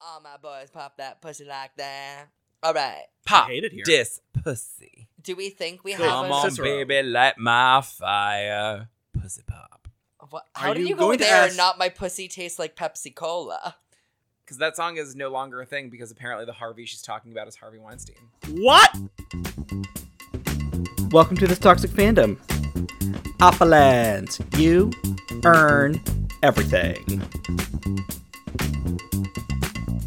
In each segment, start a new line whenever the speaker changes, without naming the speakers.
All my boys pop that pussy like that. All right.
Pop
I hate it here.
this pussy.
Do we think we
Come
um,
have a?
on,
Cicero.
baby, light my fire. Pussy pop.
What,
Are
how do
you
you go
going to
there?
ask-
Not my pussy tastes like Pepsi Cola.
Because that song is no longer a thing because apparently the Harvey she's talking about is Harvey Weinstein.
What? Welcome to this toxic fandom. Appalans, you earn everything.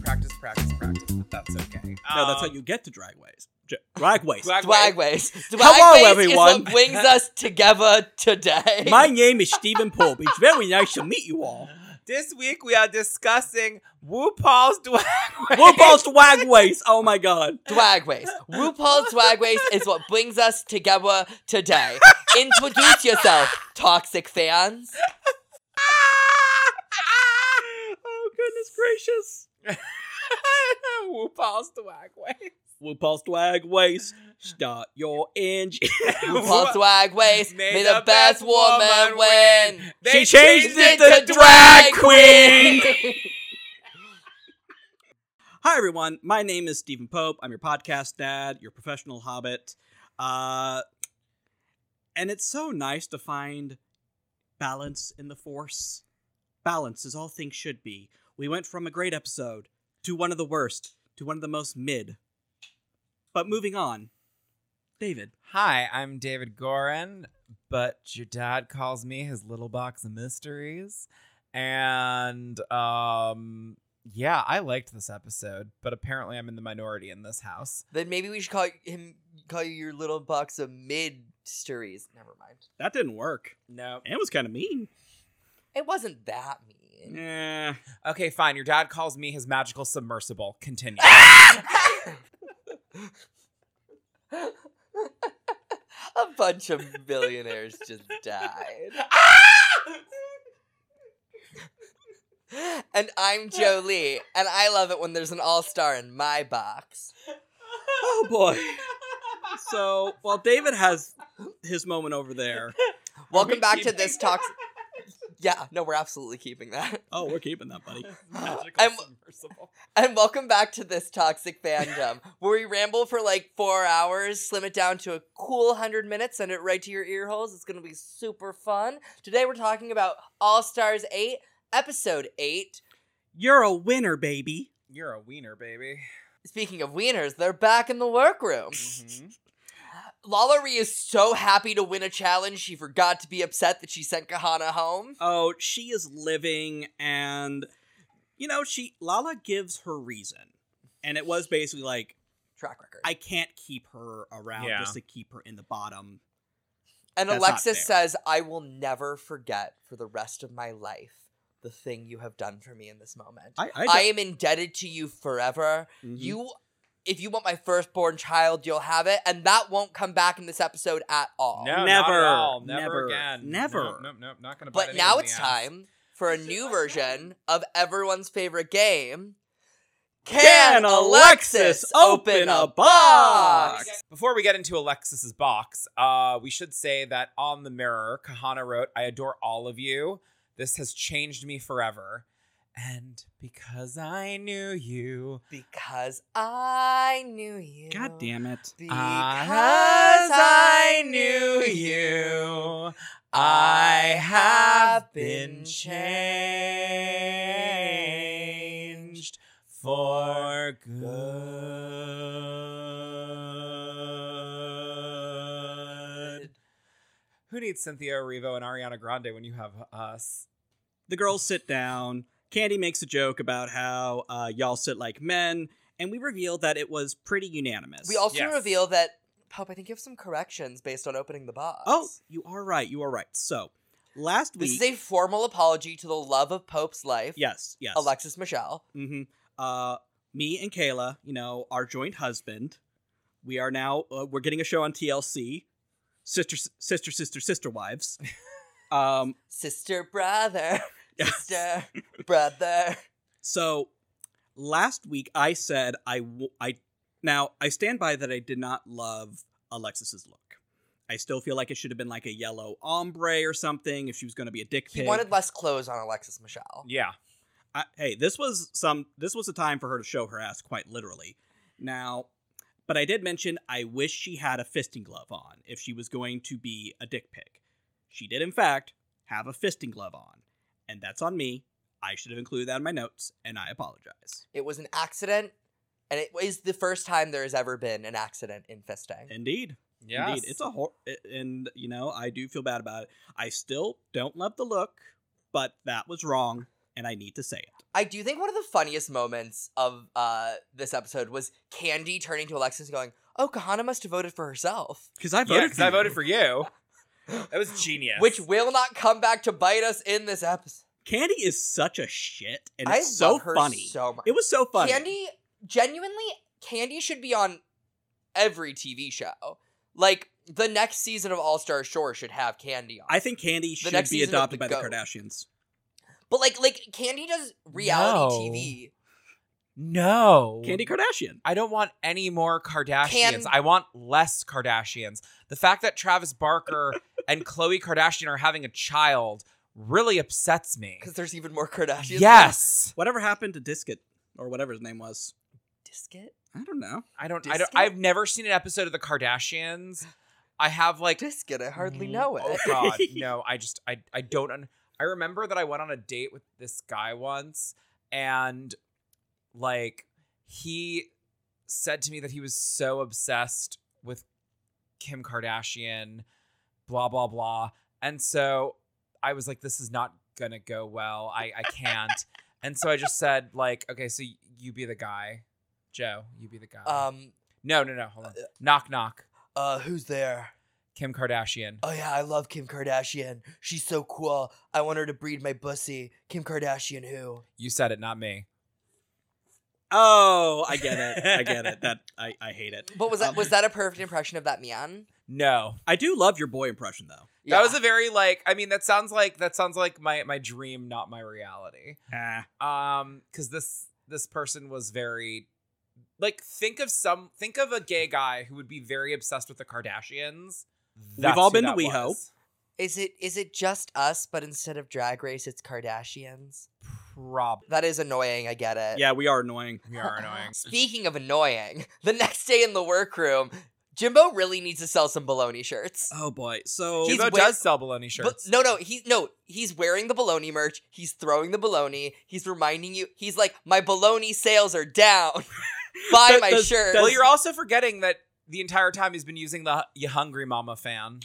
Practice, practice, practice. But that's okay. Um,
no, that's how you get to dragways. J- dragways.
Swagways. Swagways
Hello,
is
everyone.
what brings us together today.
My name is Stephen Pope. It's very nice to meet you all.
This week we are discussing RuPaul's Drag Race.
RuPaul's Dragways. Oh my god.
Swagways. RuPaul's Swagways is what brings us together today. Introduce yourself, toxic fans.
oh goodness gracious. RuPaul's Drag Race.
RuPaul's Dragways. Start your engine.
RuPaul's Swagways. May the best woman win.
She changed
it
it
to
to
drag
drag queen. Hi, everyone. My name is Stephen Pope. I'm your podcast dad, your professional hobbit. Uh, and it's so nice to find balance in the force. Balance is all things should be. We went from a great episode to one of the worst to one of the most mid. But moving on, David.
Hi, I'm David Gorin, but your dad calls me his little box of mysteries. And um yeah, I liked this episode, but apparently I'm in the minority in this house.
Then maybe we should call him call you your little box of mysteries. Never mind.
That didn't work.
No.
And it was kind of mean.
It wasn't that mean.
Yeah.
Okay, fine. Your dad calls me his magical submersible. Continue.
A bunch of billionaires just died. and I'm Jolie, and I love it when there's an all star in my box.
Oh, boy. So while David has his moment over there,
Welcome
we
back to
keeping
this talk. Yeah, no, we're absolutely keeping that.
oh, we're keeping that, buddy.
magical
I'm-
submersible.
And welcome back to this toxic fandom, where we ramble for like four hours, slim it down to a cool hundred minutes, send it right to your ear holes. It's gonna be super fun. Today we're talking about All Stars Eight, Episode Eight.
You're a winner, baby.
You're a wiener, baby.
Speaking of wieners, they're back in the workroom.
Mm-hmm.
Lalaurie is so happy to win a challenge, she forgot to be upset that she sent Kahana home.
Oh, she is living, and you know, she Lala gives her reason, and it was basically like,
Track record.
I can't keep her around
Yeah.
just to keep her in the bottom.
and
that's not
Alexis
fair.
says, I will never forget for the rest of my life the thing you have done for me in this moment.
I,
I am indebted to you forever.
Mhm.
You, if you want my firstborn child, you'll have it, and that won't come back in this episode at all.
No, not at
Never,
all. Never,
never,
again.
never.
Nope, nope, nope. Not gonna. bite
But
anyone
now
in the
it's
ass.
time for a new version of everyone's favorite game.
Can Alexis open a box?
Before we get into Alexis's box, uh, we should say that on the mirror, Kahana wrote, "I adore all of you. This has changed me forever." And because I knew you,
Because I knew you.
God damn it!
Because
because I knew you, I have been changed for good. Who needs Cynthia Erivo and Ariana Grande when you have us?
The girls sit down. Candy makes a joke about how uh, y'all sit like men, and we reveal that it was pretty unanimous.
We also
Yes.
reveal that Pope. I think you have some corrections based on opening the box.
Oh, you are right. You are right. So last
This is
week,
a formal apology to the love of Pope's life.
yes, yes,
Alexis Michelle.
Mm-hmm. Uh, me and Kayla, you know, our joint husband. We are now uh, we're getting a show on TLC, sister, sister, sister, sister wives. um,
Sister, brother. Sister, brother.
so last week I said I w- I now I stand by that I did not love Alexis's look. I still feel like it should have been like a yellow ombre or something if she was going to be a dick
He
pig.
wanted less clothes on Alexis Michelle.
Yeah.
I, hey, this was some. This was a time for her to show her ass, quite literally. Now, but I did mention I wish she had a fisting glove on if she was going to be a dick pic. She did, in fact, have a fisting glove on, and that's on me. I should have included that in my notes, and I apologize.
It was an accident, and it is the first time there has ever been an accident in fisting.
Indeed.
Yeah.
Indeed, it's a hor- and you know I do feel bad about it. I still don't love the look, but that was wrong, and I need to say it.
I do think one of the funniest moments of uh, this episode was Candy turning to Alexis and going, "Oh, Kahana must have voted for herself,"
Because I voted.
Yeah, because I
you.
voted for you. That was genius.
which will not come back to bite us in this episode.
Candy is such a shit, and
I
it's so
love her
funny.
so much.
it was so funny.
Candy, genuinely, Candy should be on every TV show. Like the next season of All Star Shore should have Candy on.
I think Candy should
next
be
season of
adopted
The
by the
Goat.
Kardashians.
but like, like Candy does reality
No.
TV.
no.
Candy Kardashian.
I don't want any more Kardashians.
Can-
I want less Kardashians. The fact that Travis Barker and Khloe Kardashian are having a child really upsets me.
Because there's even more Kardashians.
Yes.
Whatever happened to Disket or whatever his name was?
Disket?
I don't know.
I don't I don't
Discount?
I've never seen an episode of the Kardashians. I have like
Disket, I hardly know it.
Oh god, no, I just I I don't un- I remember that I went on a date with this guy once and like he said to me that he was so obsessed with Kim Kardashian blah blah blah. And so I was like this is not going to go well. I I can't. and so I just said like okay, so y- you be the guy. Joe, you be the guy.
Um,
no, no, no, hold on. Knock knock.
uh, who's there?
Kim Kardashian.
Oh yeah, I love Kim Kardashian. She's so cool. I want her to breed my bussy. Kim Kardashian who?
You said it, not me.
Oh, I get it. I get it. That I, I hate it.
But was that
Um,
was that a perfect impression of that man?
No.
I do love your boy impression though.
That was a very like I mean that sounds like that sounds like my my dream not my reality.
Ah.
Um cuz this this person was very like think of some think of a gay guy who would be very obsessed with the Kardashians. That's
all
who
been to
that
WeHo.
was.
Is it is it just us, but instead of Drag Race, it's Kardashians?
Prob
That is annoying. I get it.
Yeah, we are annoying.
we are annoying.
Speaking of annoying, the next day in the workroom, Jimbo really needs to sell some baloney shirts.
Oh boy. So
He's
Jimbo
wear-
does sell bologna
But
shirts.
no, no, he's no, he's wearing the baloney merch. He's throwing the baloney. He's reminding you. He's like, my baloney sales are down. Buy
That-
my
that's-
shirt.
well, you're also forgetting that the entire time he's been using the you hungry mama fan.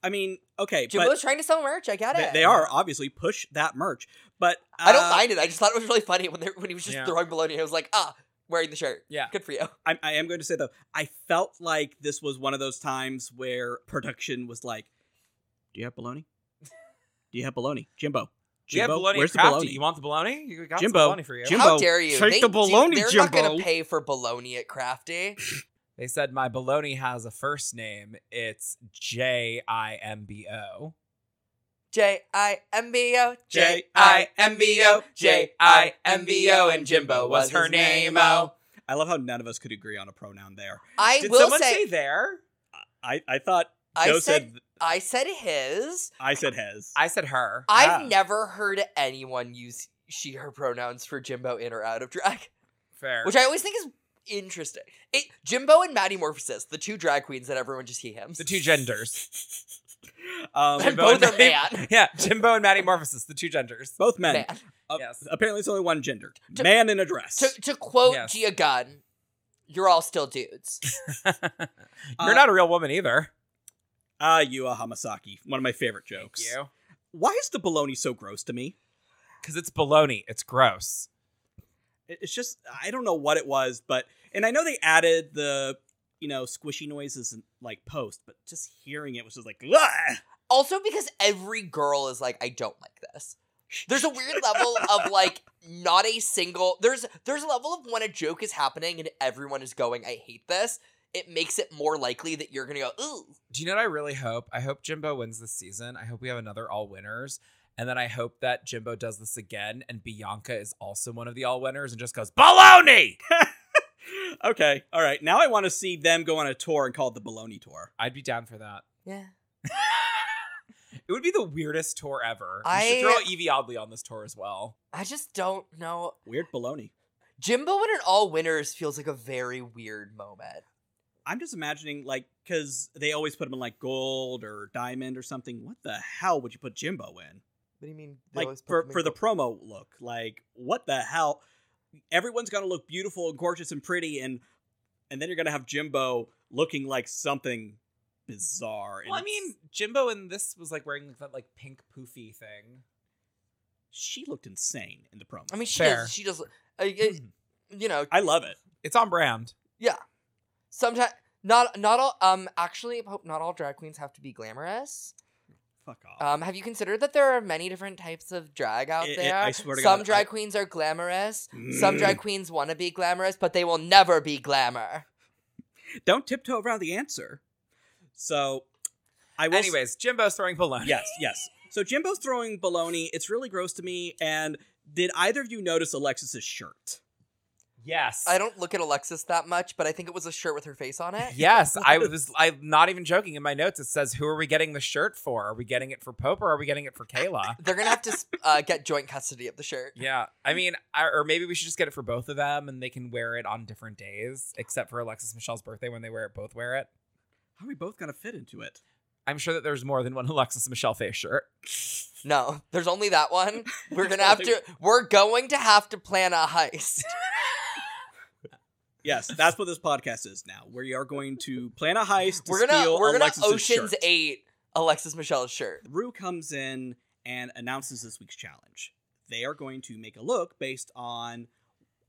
I mean, okay,
Jimbo's trying to sell merch. I get
but
it.
they, they are obviously push that merch. But uh,
I don't mind it. I just thought it was really funny when they, when he was just
Yeah.
throwing baloney. I was like, ah, wearing the shirt.
Yeah.
Good for you.
I, I am going to say though, I felt like this was one of those times where production was like, "Do you have bologna? Do you have bologna, Jimbo?
Yeah,
Jimbo,
bologna
where's the
crafty.
bologna?
You want the bologna? You got
Jimbo,
some bologna for you.
Jimbo,
How dare you?
take
They
the
do-
baloney,
They're not going
Jimbo.
to pay for baloney at Crafty.
They said my baloney has a first name. It's J I M B O.
J I M B O
J I M B O, J I M B O,
and Jimbo
was her name-o.
I love how none of us could agree on a pronoun there.
I
Did
will
someone
say,
say, there?
I, I thought
I
Joe
said,
said,
I said his.
I said has.
I said her.
I've
Ah.
never heard anyone use she her pronouns for Jimbo in or out of drag,
Fair.
which I always think is interesting. It, Jimbo and Maddie Morphosis, the two drag queens that everyone just he him.
the two genders.
um,
And
Jimbo
both are
and Maddie-
man.
yeah, Jimbo and Maddie Morphosis, the two genders.
both men.
Man.
Uh,
Yes.
Apparently, it's only one gender.
To-
man in a dress.
To to quote
Yes.
Gia Gunn, you're all still dudes.
You're
Uh,
not a real woman either.
Ah, Yua Hamasaki. One of my favorite jokes.
You.
Why is the bologna so gross to me?
Because it's baloney. It's gross.
It- It's just I don't know what it was, but and I know they added the you know squishy noises and like post, but just hearing it was just like "Ugh!"
Also because every girl is like, I don't like this. There's a weird level of like not a single there's there's a level of when a joke is happening and everyone is going, I hate this, it makes it more likely that you're gonna go, ooh.
Do you know what I really hope? I hope Jimbo wins this season. I hope we have another all winners. And then I hope that Jimbo does this again and Bianca is also one of the all winners and just goes, Baloney!
okay, all right. Now I want to see them go on a tour and call it the bologna tour.
I'd be down for that.
Yeah.
It would be the weirdest tour ever. You
I-
should throw Evie Oddly on this tour as well.
I just don't know.
Weird baloney.
Jimbo in an all winners feels like a very weird moment.
I'm just imagining, like, because they always put him in like gold or diamond or something. What the hell would you put Jimbo in?
What do you mean? they
Like
always put
for
them in
for the
gold?
promo look. Like, what the hell? Everyone's gonna look beautiful and gorgeous and pretty, and and then you're gonna have Jimbo looking like something bizarre. and
Well, I
it's-
mean, Jimbo in this was like wearing that like pink poofy thing.
she looked insane in the promo. Mm-hmm.
I mean, she
Fair.
does. She does. Uh, it- you know,
I love it.
It's on brand.
sometimes not not all. Um, actually, Pope, not all drag queens have to be glamorous.
Fuck off.
Um, have you considered that there are many different types of drag out
It- it-
there?
I swear to
Some
God,
drag
I-
queens are glamorous. Some
Mm.
drag queens want to be glamorous, but they will never be glamour.
Don't tiptoe around the answer. So, I will. s-
Anyways, Jimbo's throwing bologna.
yes, yes. So Jimbo's throwing baloney. It's really gross to me. And did either of you notice Alexis's shirt?
Yes.
I don't look at Alexis that much, but I think it was a shirt with her face on it.
Yes, I was. I'm not even joking. In my notes, it says, "Who are we getting the shirt for? Are we getting it for Pope or are we getting it for Kayla?"
They're gonna have to s- uh, get joint custody of the shirt.
Yeah, I mean, I, or maybe we should just get it for both of them, and they can wear it on different days, except for Alexis Michelle's birthday when they wear it. Both wear it.
How are we both gonna fit into it?
I'm sure that there's more than one Alexis Michelle face shirt.
No, there's only that one. We're gonna have
There's
to. We're going to have to plan a heist.
Yes, that's what this podcast is now. We are going to plan a heist. To
we're gonna
steal
we're gonna
Alexis's
Ocean's
shirt.
Eight Alexis Michelle's shirt.
Rue comes in and announces this week's challenge. They are going to make a look based on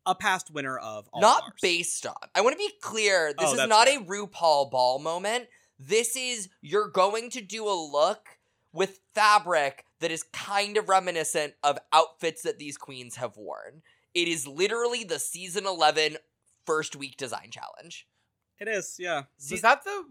a past winner of All
not
Stars.
based on. I want to be clear. This
Oh,
is
that's
not
fair.
a RuPaul ball moment. This is you're going to do a look with fabric that is kind of reminiscent of outfits that these queens have worn. It is literally the season 11 first week design challenge.
It is, yeah.
Is that the,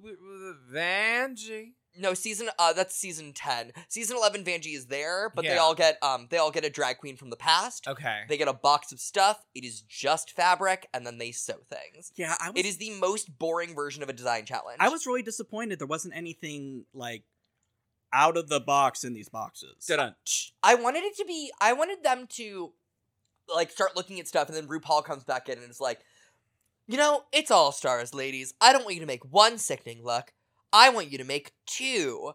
the Vanjie?
No, season uh that's season 10. Season 11 Vanjie is there, but they
Yeah.
all get um they all get a drag queen from the past.
Okay.
They get a box of stuff. It is just fabric and then they sew things.
Yeah, I was
It is the most boring version of a design challenge.
I was really disappointed there wasn't anything like out of the box in these boxes.
Dun-dun.
I wanted it to be I wanted them to like start looking at stuff and then RuPaul comes back in and is like, "You know, it's all stars, ladies. I don't want you to make one sickening look. I want you to make two.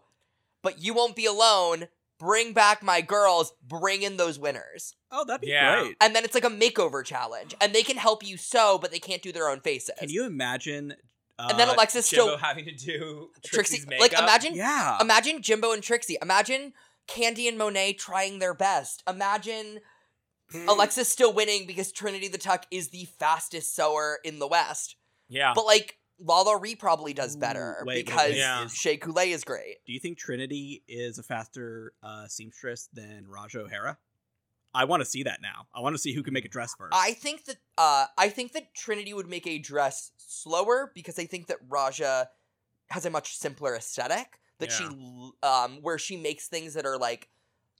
But you won't be alone. Bring back my girls. Bring in those winners."
Oh, that'd be
Yeah.
great.
And then it's like a makeover challenge and they can help you sew, but they can't do their own faces.
Can you imagine? Uh,
and then Alexis
Jimbo
still
having to do
Trixie,
Trixie's
like
makeup?
imagine
Yeah.
Imagine Jimbo and Trixie. Imagine Candy and Monet trying their best. Imagine
Hmm.
Alexis still winning because Trinity the Tuck is the fastest sewer in the West.
Yeah.
But like Lala Ree probably does
Ooh,
better
wait, wait,
because
wait. Yeah.
Shea Coulee is great.
Do you think Trinity is a faster uh, seamstress than Raj O'Hara? I want to see that now. I want to see who can make a dress first.
I think that uh, I think that Trinity would make a dress slower because I think that Raja has a much simpler aesthetic that she
Yeah.
l- um where she makes things that are like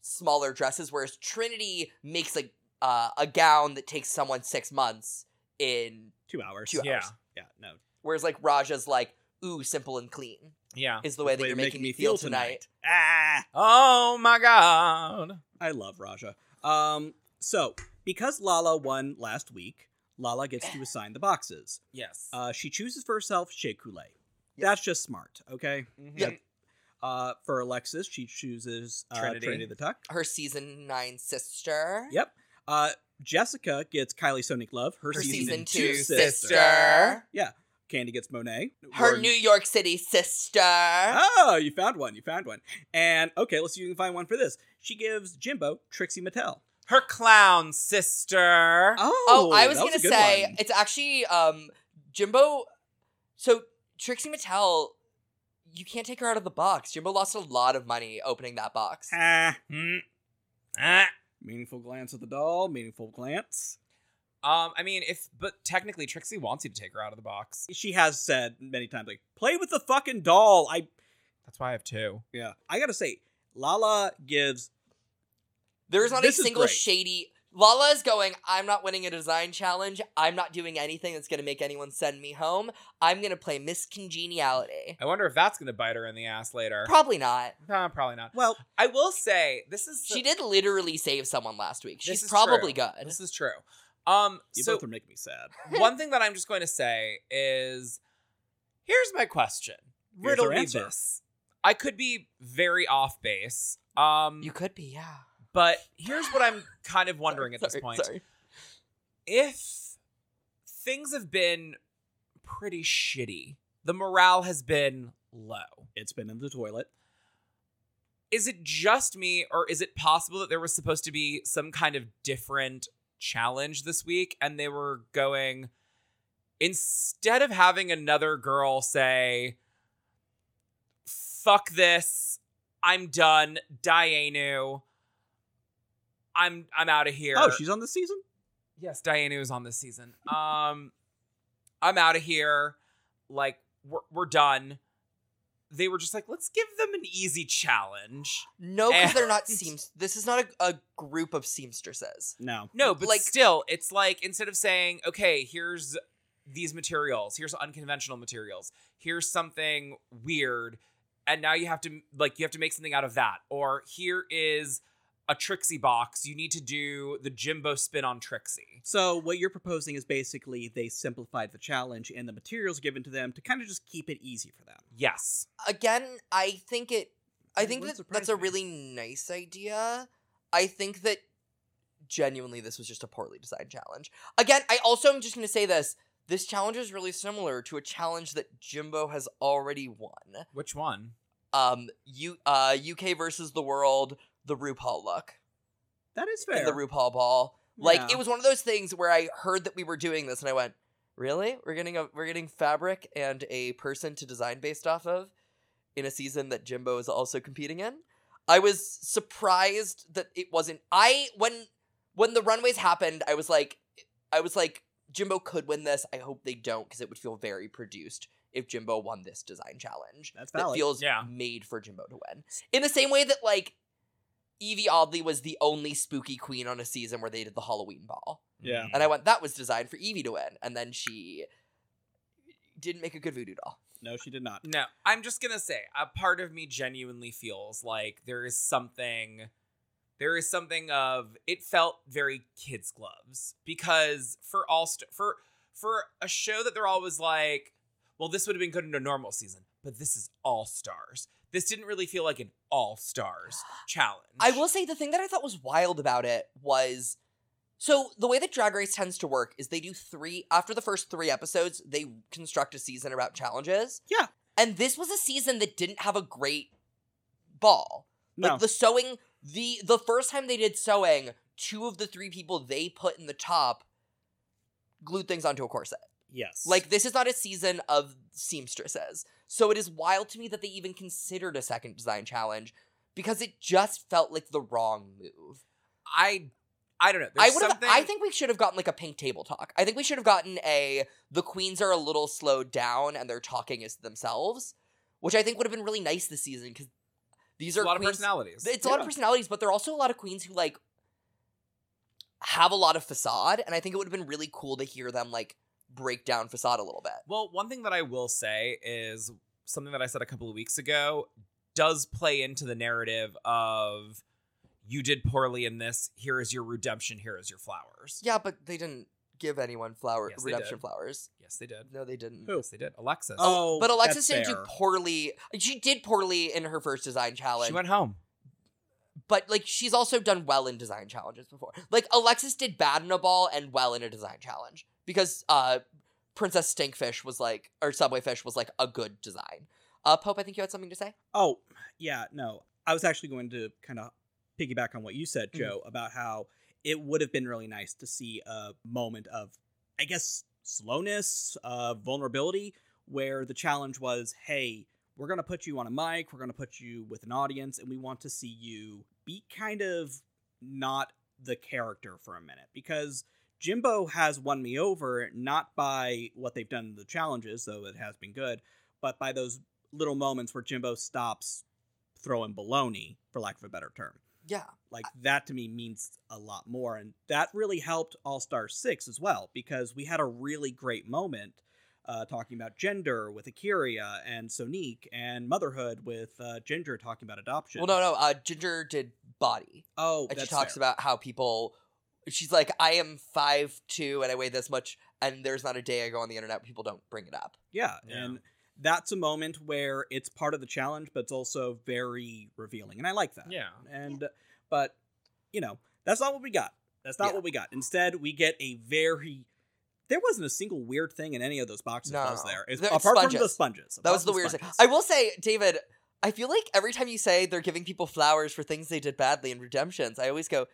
smaller dresses whereas Trinity makes like uh, a gown that takes someone 6 months in
two hours.
Two
yeah.
hours.
Yeah. No.
whereas like Raja's like ooh simple and clean
Yeah.
is the way
The
that
way
you're
you're
making
making
me
me
feel
feel
tonight.
Ah.
Oh my god.
I love Raja. Um. So because Lala won last week, Lala gets to assign the boxes.
Yes.
Uh, she chooses for herself Shea Coulee.
Yeah.
That's just smart. Okay.
yeah.
Uh, for Alexis, she chooses uh,
Trinity.
Trinity. the Tuck.
Her season 9 sister.
Yep. Uh, Jessica gets Kylie Sonic Love. Her,
Her season,
season,
2
two
sister.
Candy gets Monet.
Her
Or-
New York City sister.
Oh, you found one. You found one. And okay, let's see if you can find one for this. She gives Jimbo Trixie Mattel.
Her clown sister.
Oh,
Oh, I was
that
gonna
a good
say
one.
it's actually um Jimbo. So Trixie Mattel, you can't take her out of the box. Jimbo lost a lot of money opening that box.
Ah,
Mm. Ah.
meaningful glance at the doll. Meaningful glance.
Um, I mean, if but technically Trixie wants you to take her out of the box.
She has said many times, like, "Play with the fucking doll." I
That's why I have two.
yeah. I gotta say, Lala gives
There's not
This
a
is
single
great.
shady. Lala is going, I'm not winning a design challenge. I'm not doing anything that's going to make anyone send me home. I'm going to play Miss Congeniality.
I wonder if that's going to bite her in the ass later.
Probably not.
no, probably not.
Well,
I will say this is
She did literally save someone last week.
This
She's
is
probably
true.
good.
This is true. Um,
you
so
both are making me sad.
one thing that I'm just going to say is here's my question.
Here's
Riddle
our
me
answer.
this. I could be very off base. Um
You could be, yeah.
but here's what I'm kind of wondering at this
Sorry,
point.
sorry.
If things have been pretty shitty, the morale has been low.
It's been in the toilet.
Is it just me or is it possible that there was supposed to be some kind of different challenge this week and they were going instead of having another girl say fuck this, I'm done, Dianu. I'm I'm out of here.
Oh, she's on the season.
Yes, Diana was on this season. Um, I'm out of here. Like we're we're done. They were just like, let's give them an easy challenge.
No, because they're not
And-
seams. This is not a, a group of seamstresses.
No,
No, but
Like-
still, it's like instead of saying, okay, here's these materials, here's unconventional materials, here's something weird, and now you have to like you have to make something out of that, or here is a Trixie box. You need to do the Jimbo spin on Trixie.
So what you're proposing is basically they simplified the challenge and the materials given to them to kind of just keep it easy for them.
Yes.
Again, I think it. I
It
think
wouldn't
that that's
surprise
a
me.
really nice idea. I think that genuinely this was just a poorly designed challenge. Again, I also am just going to say this. This challenge is really similar to a challenge that Jimbo has already won.
Which one?
Um, U- uh, UK versus the world, the RuPaul look,
That is
and
fair.
the RuPaul ball. Like
Yeah.
it was one of those things where I heard that we were doing this, and I went, "Really? We're getting a we're getting fabric and a person to design based off of in a season that Jimbo is also competing in." I was surprised that it wasn't. I when when the runways happened, I was like, I was like, Jimbo could win this. I hope they don't because it would feel very produced if Jimbo won this design challenge.
That's
That
valid.
feels
Yeah.
made for Jimbo to win. In the same way that like Evie Oddly was the only spooky queen on a season where they did the Halloween ball.
Yeah.
And I went, that was designed for Evie to win. And then she didn't make a good voodoo doll.
no, she did not.
No, I'm just gonna say a part of me genuinely feels like there is something there is something of it felt very kids gloves because for all st- for for a show that they're always like well this would have been good in a normal season but this is all stars this didn't really feel like an all stars challenge
I will say the thing that I thought was wild about it was so the way that Drag Race tends to work is they do three after the first three episodes, they construct a season about challenges.
Yeah.
And this was a season that didn't have a great ball.
No,
Like the sewing, the the first time they did sewing, two of the three people they put in the top glued things onto a corset.
yes,
Like this is not a season of seamstresses. So it is wild to me that they even considered a second design challenge because it just felt like the wrong move.
I I don't know
I
There's
would have
something
I think we should have gotten like a pink table talk. I think we should have gotten a the queens are a little slowed down and they're talking as themselves, which I think would have been really nice this season cuz these
a
are
lot of
queens
personalities
it's a lot of
Yeah.
personalities, but there are also a lot of queens who like have a lot of facade, and I think it would have been really cool to hear them like break down facade a little bit.
Well, one thing that I will say is something that I said a couple of weeks ago does play into the narrative of you did poorly in this, here is your redemption, here is your flowers.
Yeah, but they didn't give anyone flower
Yes, they
redemption
did.
flowers.
Yes, they did.
No, they didn't.
Who?
Yes, they did. Alexis.
oh,
But Alexis
that's
didn't do
fair.
poorly. She did poorly in her first design challenge,
she went home.
but like she's also done well in design challenges before. Like Alexis did bad in a ball and well in a design challenge because uh Princess Stinkfish was like or Subway Fish was like a good design. Uh Pope, I think you had something to say.
Oh, yeah, no. I was actually going to kind of piggyback on what you said,
Mhm.
Joe, about how it would have been really nice to see a moment of, I guess, slowness, uh, vulnerability, where the challenge was, hey, we're going to put you on a mic, we're going to put you with an audience, and we want to see you be kind of not the character for a minute. Because Jimbo has won me over, not by what they've done in the challenges, though it has been good, but by those little moments where Jimbo stops throwing baloney, for lack of a better term.
Yeah.
Like that to me means a lot more. And that really helped All Star 6 as well, because we had a really great moment uh, talking about gender with Akira and Sonique and motherhood with uh, Ginger talking about adoption.
Well, no, no. Uh, Ginger did body,
Oh,
and
that's
she talks
fair.
about how people. She's like, I am five two, and I weigh this much, and there's not a day I go on the internet where people don't bring it up.
Yeah,
Yeah.
and that's a moment where it's part of the challenge, but it's also very revealing, and I like that.
Yeah.
And but you know that's not what we got. That's not
Yeah.
what we got. Instead, we get a very there wasn't a single weird thing in any of those boxes.
No.
was there? It's-
They're
apart from the
sponges.
sponges.
That
apart
was
from
the weirdest thing.
sponges.
I will say, David, I feel like every time you say they're giving people flowers for things they did badly in redemptions, I always go,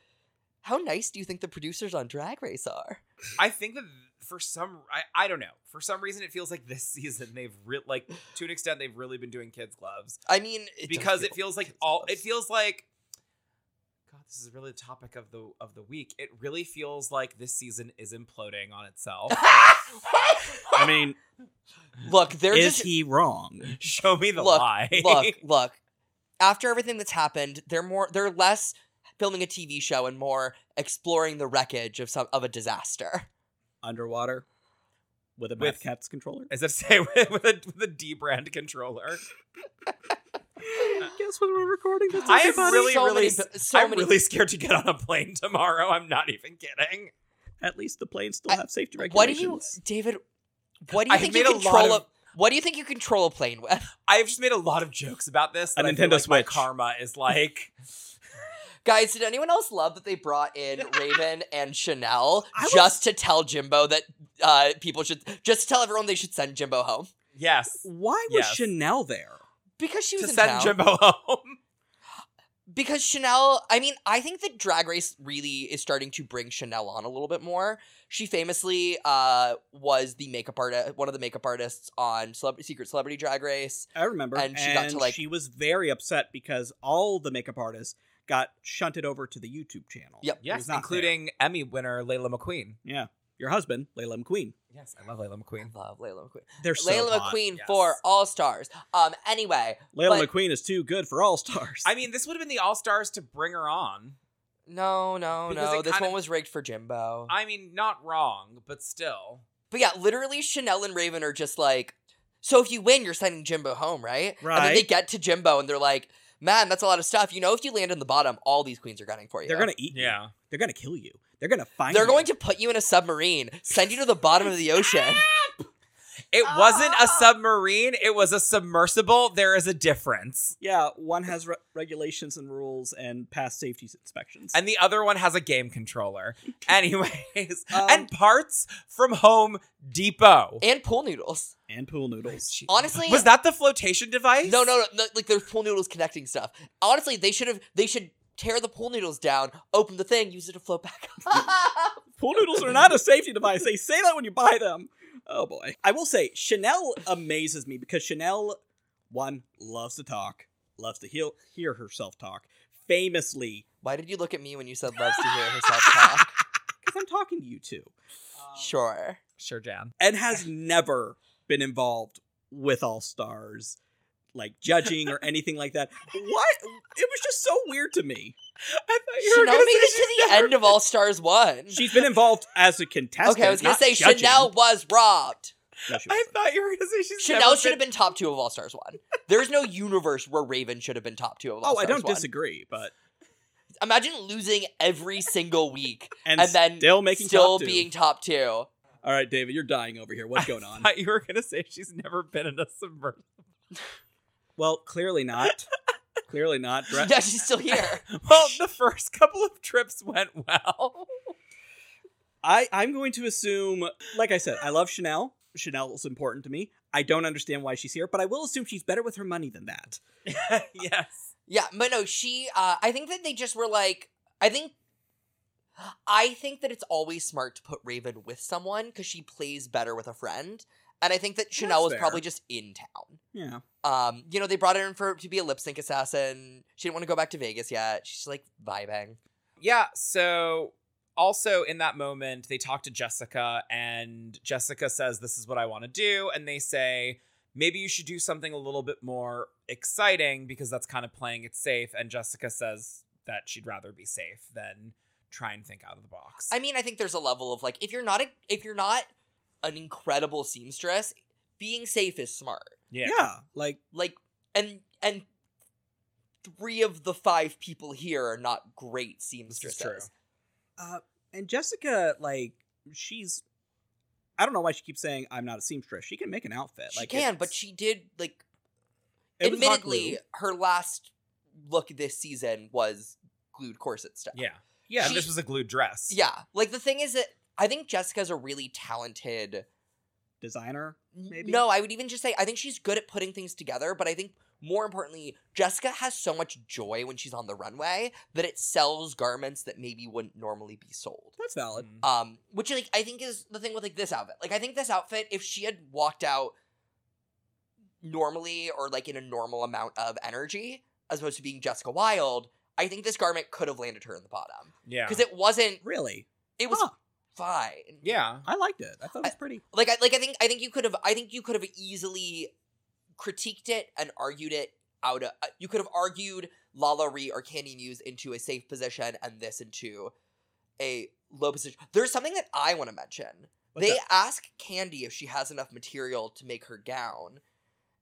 How nice do you think the producers on Drag Race are?
I think that for some, I, I don't know. For some reason, it feels like this season they've re- like to an extent they've really been doing kids gloves
I mean, it does
because
feel
it feels like
kids'
all
gloves.
it feels like. God, this is really the topic of the of the week. It really feels like this season is imploding on itself.
I mean,
look, they're
is
just
he wrong?
Show me the
Look,
lie.
look, look. After everything that's happened, they're more they're less filming a TV show and more exploring the wreckage of some of a disaster.
Underwater with a
With-
Mad Cats controller.
as if say with, with a with a D brand controller.
Guess what we're recording this.
I am
everybody?
really,
so
really,
many,
s-
so
I'm
many
really scared to get on a plane tomorrow. I'm not even kidding.
At least the planes still
I-
have safety
What do
regulations.
you David what do you
I've
think
made
you
a lot
control
of-
a what do you think you control a plane with?
I've just made a lot of jokes about this.
A
that I feel
Nintendo
like My
Switch.
karma is like
Guys, did anyone else love that they brought in Raven and Chanel
I was-
just to tell Jimbo that uh, people should just to tell everyone they should send Jimbo home
yes
Why was
Yes.
Chanel there?
because she
to
was in
send
town.
Jimbo home.
because Chanel, I mean, I think that Drag Race really is starting to bring Chanel on a little bit more. She famously uh, was the makeup artist, one of the makeup artists on Celeb- Secret Celebrity Drag Race.
I remember,
And she got to, like-
she was very upset because all the makeup artists got shunted over to the YouTube channel.
Yep.
It was
Yes,
not
including Emmy winner Layla McQueen.
there. yeah, your husband Layla McQueen.
Yes, I love Layla McQueen.
Love Layla McQueen.
They're so
Layla
hot.
McQueen
yes.
for All Stars. Um. Anyway,
Layla
but-
McQueen is too good for all stars.
I mean, this would have been the All Stars to bring her on.
no, no,
Because
no.
it
This
kind
one
of-
was rigged for Jimbo.
I mean, not wrong, but still.
But yeah, literally, Chanel and Raven are just like, so if you win, you're sending Jimbo home, right? And then
Right.
they get to Jimbo and they're like, man, that's a lot of stuff. You know, if you land in the bottom, all these queens are gunning for you.
they're gonna eat. You. They're gonna kill you. They're gonna find.
They're
you.
going to put you in a submarine, send you to the bottom of the ocean.
It wasn't a
Ah!
submarine, it was a submersible. There is a difference.
Yeah, one has re- regulations and rules and past safety inspections.
And the other one has a game controller. Anyways,
Um,
and parts from Home Depot.
and pool noodles.
and pool noodles.
Honestly,
Was that the flotation device?
no, no, no, no, Like there's pool noodles connecting stuff. Honestly, they should have. They should tear the pool noodles down, open the thing, use it to float back up.
Pool noodles are not a safety device. They say that when you buy them. Oh boy. I will say Chanel amazes me because Chanel one loves to talk, loves to heal, hear herself talk. Famously,
Why did you look at me when you said loves to hear herself talk?
because I'm talking to you two,
Sure.
Sure, Jan.
and has never been involved with All Stars, like judging or anything like that. What? It was just so weird to me.
I thought
Chanel made it to the end of All Stars One.
She's been involved as a contestant.
okay, I was gonna
not
say
judging.
Chanel was robbed.
No, she
I
wasn't.
thought you were gonna say she's
Chanel
never
should have been top two of All Stars One. There's no universe where Raven should have been top two of All
Oh,
Stars
I don't
one.
disagree, but
Imagine losing every single week
and,
and, then
still making
still
top two.
being top two.
All right, David, you're dying over here. What's going
I
on?
thought you were gonna say she's never been in a submersible.
Well, clearly not. clearly not. Dra-
Yeah, she's still here.
Well, the first couple of trips went well.
I I'm going to assume, like I said, I love Chanel. Chanel is important to me. I don't understand why she's here, but I will assume she's better with her money than that.
yes.
Yeah, but no, she. Uh, I think that they just were like. I think. I think that it's always smart to put Raven with someone because she plays better with a friend, and I think that Chanel
That's
was
fair.
probably just in town.
Yeah.
Um, you know, they brought her in for to be a lip sync assassin. She didn't want to go back to Vegas yet. She's like vibing.
Yeah, so also in that moment, they talk to Jessica, and Jessica says, This is what I want to do. And they say, Maybe you should do something a little bit more exciting because that's kind of playing it safe. And Jessica says, that she'd rather be safe than try and think out of the box.
I mean, I think there's a level of like if you're not a, if you're not an incredible seamstress, being safe is smart.
yeah.
like
Like and and three of the five people here are not great
This is
seamstresses.
true.
Uh, and Jessica, like, she's. I don't know why she keeps saying I'm not a seamstress. She can make an outfit.
She
like
can,
it's-
but she did like
it was hot
admittedly
glue.
her last look this season was glued corset stuff.
Yeah.
yeah,
and
She-
this was a glued dress.
Yeah. Like the thing is that I think Jessica's a really talented
designer. Maybe?
No, I would even just say I think she's good at putting things together, but I think more importantly, Jessica has so much joy when she's on the runway that it sells garments that maybe wouldn't normally be sold.
That's valid.
Mm.
Um, which like I think is the thing with like this outfit. Like I think this outfit, if she had walked out normally or like in a normal amount of energy, as opposed to being Jessica Wilde, I think this garment could have landed her in the bottom
Yeah.
because it wasn't.
Really,
It was
Huh.
fine.
yeah.
I liked it. I thought it was pretty.
like I like I think I think you could have I think you could have easily critiqued it and argued it out of uh, you could have argued Lala Ree or Candy Muse into a safe position and this into a low position. There's something that I want to mention.
What's
they
that?
ask Candy if she has enough material to make her gown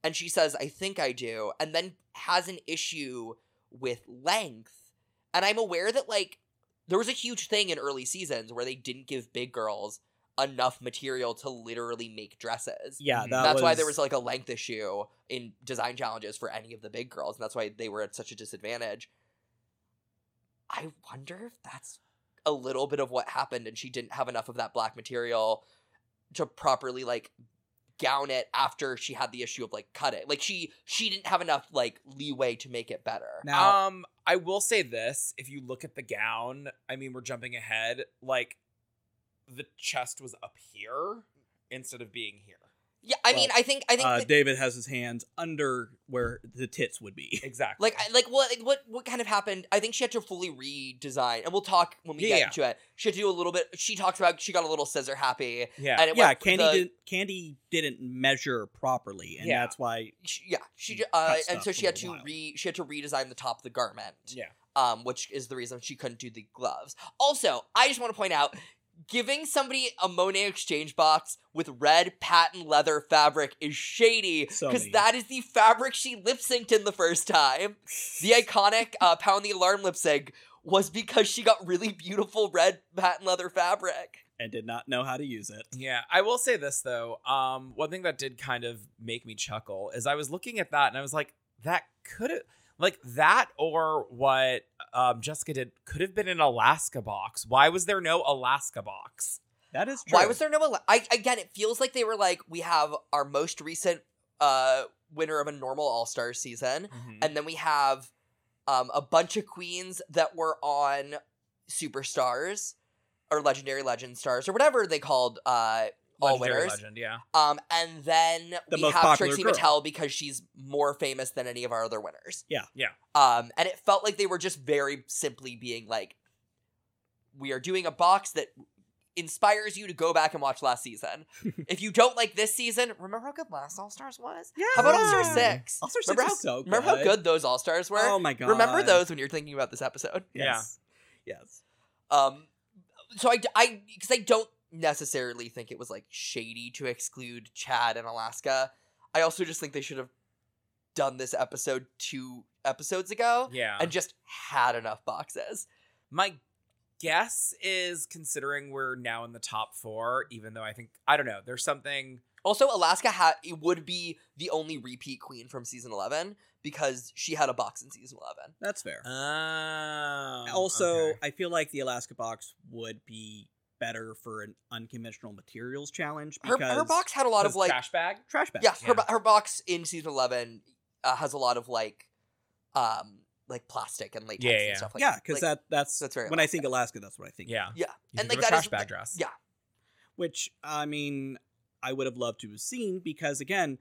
and she says I think I do and then has an issue with length. And I'm aware that like there was a huge thing in early seasons where they didn't give big girls enough material to literally make dresses.
yeah,
Mhm.
that
that's why there was like a length issue in design challenges for any of the big girls, and that's why they were at such a disadvantage. I wonder if that's a little bit of what happened, and she didn't have enough of that black material to properly like gown it after she had the issue of like cut it. Like she she didn't have enough like leeway to make it better.
now.
Um, I will say this: if you look at the gown, I mean, we're jumping ahead. Like, the chest was up here instead of being here.
yeah, I mean, I think I think
uh,
that-
David has his hands under where the tits would be.
Exactly.
Like, I- like what, like, what, what kind of happened? I think she had to fully redesign, and we'll talk when we
Yeah,
get
yeah.
into it. She had to do a little bit. She talks about she got a little scissor happy,
yeah,
and it
yeah,
went
Candy
the-
didn't. Candy didn't measure properly, and
Yeah.
that's why.
she, yeah, she,
She
ju- uh,
cut
and
stuff
so
a
she had
little
to
wild.
re, she had to redesign the top of the garment,
yeah.
um, which is the reason she couldn't do the gloves. Also, I just want to point out. Giving somebody a Monet exchange box with red patent leather fabric is shady
So
because
mean.
that is the fabric she lip synced in the first time. The iconic uh, Pound the Alarm lip sync was because she got really beautiful red patent leather fabric.
and did not know how to use it.
Yeah, I will say this though. Um, one thing that did kind of make me chuckle is I was looking at that and I was like, that could have, like that or what um, Jessica did could have been an Alaska box. Why was there no Alaska box?
That is true.
Why was there no? Al- I again, it feels like they were like, we have our most recent uh, winner of a normal All Star season, and then we have um, a bunch of queens that were on Superstars or Legendary Legend Stars or whatever they called uh, all
Legendary
winners.
Legend, yeah.
Um, and then
The
we
most
have
popular
Trixie
girl.
Mattel because she's more famous than any of our other winners.
Yeah.
Yeah.
Um, and it felt like they were just very simply being like, "We are doing a box that inspires you to go back and watch last season. if you don't like this season, remember how good last All Stars was.
Yeah.
How about All Star
Yeah.
Six?
All Star Six
Remember
is
how-
so good.
Remember how good those All Stars were?
Oh my god.
remember those when you're thinking about this episode.
Yes. Yes.
Um, so I, I, because I don't necessarily think it was like shady to exclude Chad and Alaska. I also just think they should have done this episode two episodes ago
Yeah.
and just had enough boxes.
My guess is considering we're now in the top four, even though I think I don't know. There's something.
Also, Alaska had it would be the only repeat queen from season eleven because she had a box in season eleven.
That's fair.
Oh.
also, I feel like the Alaska box would be better for an unconventional materials challenge
Her
because
her box had a lot of like
trash bag.
trash bag.
yeah, her
yeah.
bo- her box in season eleven uh, has a lot of like um like plastic and latex
Yeah, yeah.
and stuff like
yeah,
that. Like,
because that that's
that's very
when I think Alaska, that's what I think.
Yeah.
Yeah,
You
and like
think of
that
a trash
is
bag dress.
yeah.
which I mean, I would have loved to have seen because again,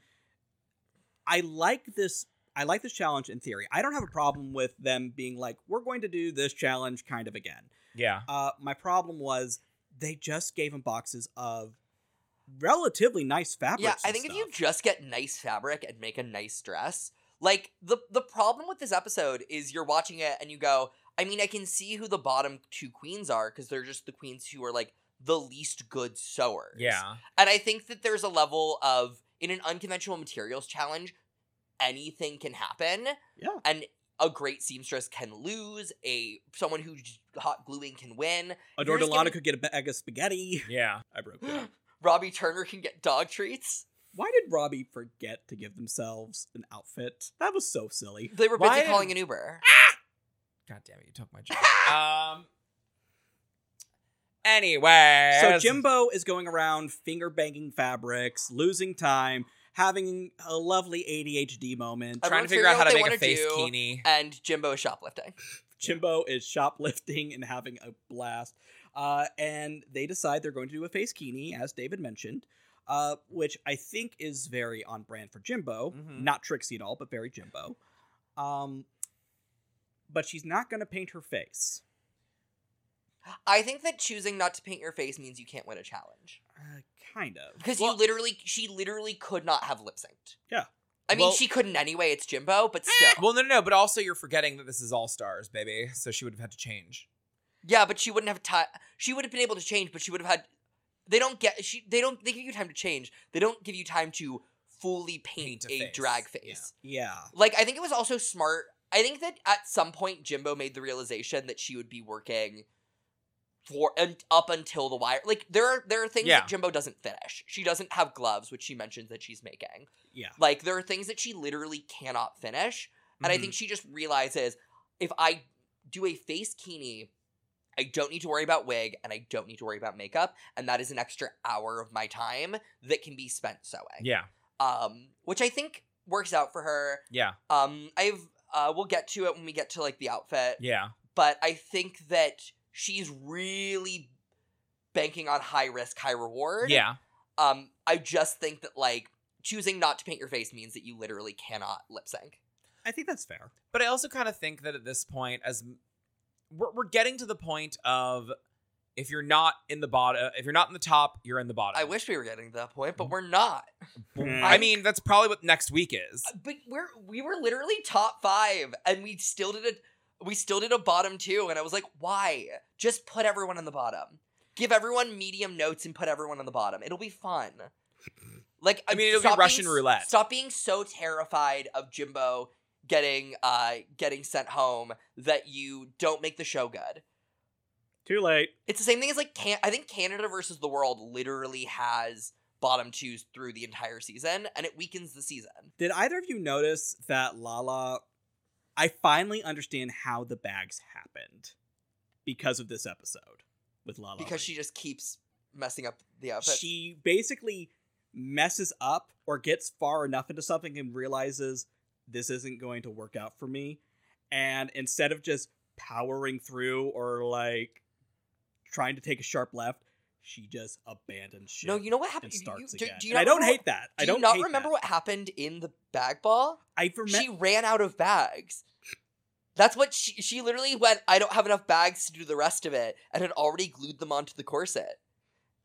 I like this. I like this challenge in theory. I don't have a problem with them being like, we're going to do this challenge kind of again.
Yeah.
Uh, my problem was they just gave him boxes of relatively nice fabrics.
yeah. I
and
think if you
stuff.
just get nice fabric and make a nice dress, like the the problem with this episode is you're watching it and you go, I mean, I can see who the bottom two queens are because they're just the queens who are like the least good sewers.
Yeah.
And I think that there's a level of in an unconventional materials challenge, anything can happen.
Yeah.
And a great seamstress can lose. A someone who's hot gluing can win.
Adore
just
Delano
giving-
could get a bag of spaghetti.
Yeah.
I broke down.
Robbie Turner can get dog treats.
Why did Robbie forget to give themselves an outfit? That was so silly.
They were busy
Why-
calling an Uber.
God damn it, you took my job. um Anyway.
So Jimbo is going around finger banging fabrics, losing time, having a lovely ADHD moment.
trying
Everyone's
to figure out how to
figuring out
make a
what they
face
wanna
kini.
And Jimbo is shoplifting.
Jimbo is shoplifting and having a blast. Uh, and they decide they're going to do a face kini, as David mentioned, uh, which I think is very on brand for Jimbo.
Mhm.
Not Trixie at all, but very Jimbo. Um, but she's not going to paint her face.
I think that choosing not to paint your face means you can't win a challenge.
Uh, kind of.
Because
Well,
you literally, she literally could not have lip synced.
Yeah.
I mean,
Well- Eh.
she couldn't anyway. It's Jimbo, but still.
Well, no, no, no, but also you're forgetting that this is All Stars, baby. So she would have had to change.
yeah, but she wouldn't have time. She would have been able to change, but she would have had. They don't get. She. They don't. They give you time to change. They don't give you time to fully paint,
Paint a
a,
face,
drag
yeah.
face.
yeah.
Like I think it was also smart. I think that at some point Jimbo made the realization that she would be working for and up until the wire. Like there are there are things
Yeah.
that Jimbo doesn't finish. She doesn't have gloves, which she mentions that she's making.
Yeah.
Like there are things that she literally cannot finish, and I
Mm-hmm.
Mhm.
think she just realizes if I do a face kini, I don't need to worry about wig and I don't need to worry about makeup, and that is an extra hour of my time that can be spent sewing.
Yeah.
Um, which I think works out for her.
Yeah.
Um, I've uh, we'll get to it when we get to like the outfit,
Yeah.
but I think that she's really banking on high risk, high reward.
Yeah.
Um, I just think that like choosing not to paint your face means that you literally cannot lip sync.
I think that's fair.
But I also kind of think that at this point, as m- we're, we're getting to the point of if you're not in the bottom, if you're not in the top, you're in the bottom.
I wish we were getting to that point,
Mm.
but we're not.
Hmm. Mm.
I mean, that's probably what next week is.
Uh, But we're we were literally top five, and we still did a we still did a bottom two, and I was like, why? Just put everyone on the bottom. Give everyone medium notes and put everyone on the bottom. It'll be fun. Like
I mean, it'll be
stop being
Russian
s-
roulette.
Stop being so terrified of Jimbo getting uh getting sent home that you don't make the show good.
Too late.
It's the same thing as like can I think Canada versus the world literally has bottom twos through the entire season and it weakens the season.
Did either of you notice that Lala? I finally understand how the bags happened because of this episode with Lala.
Because she just keeps messing up the outfit.
she basically messes up or gets far enough into something and realizes this isn't going to work out for me, and instead of just powering through or like trying to take a sharp left, she just abandons shit
no, you know what happened?
and
you-
starts
you- do-
again.
do you
and
not
I don't
remember-
hate that.
Do
I don't
you not
hate
remember
that.
what happened in the bag ball?
I remember.
she ran out of bags. That's what she she literally went, I don't have enough bags to do the rest of it, and had already glued them onto the corset.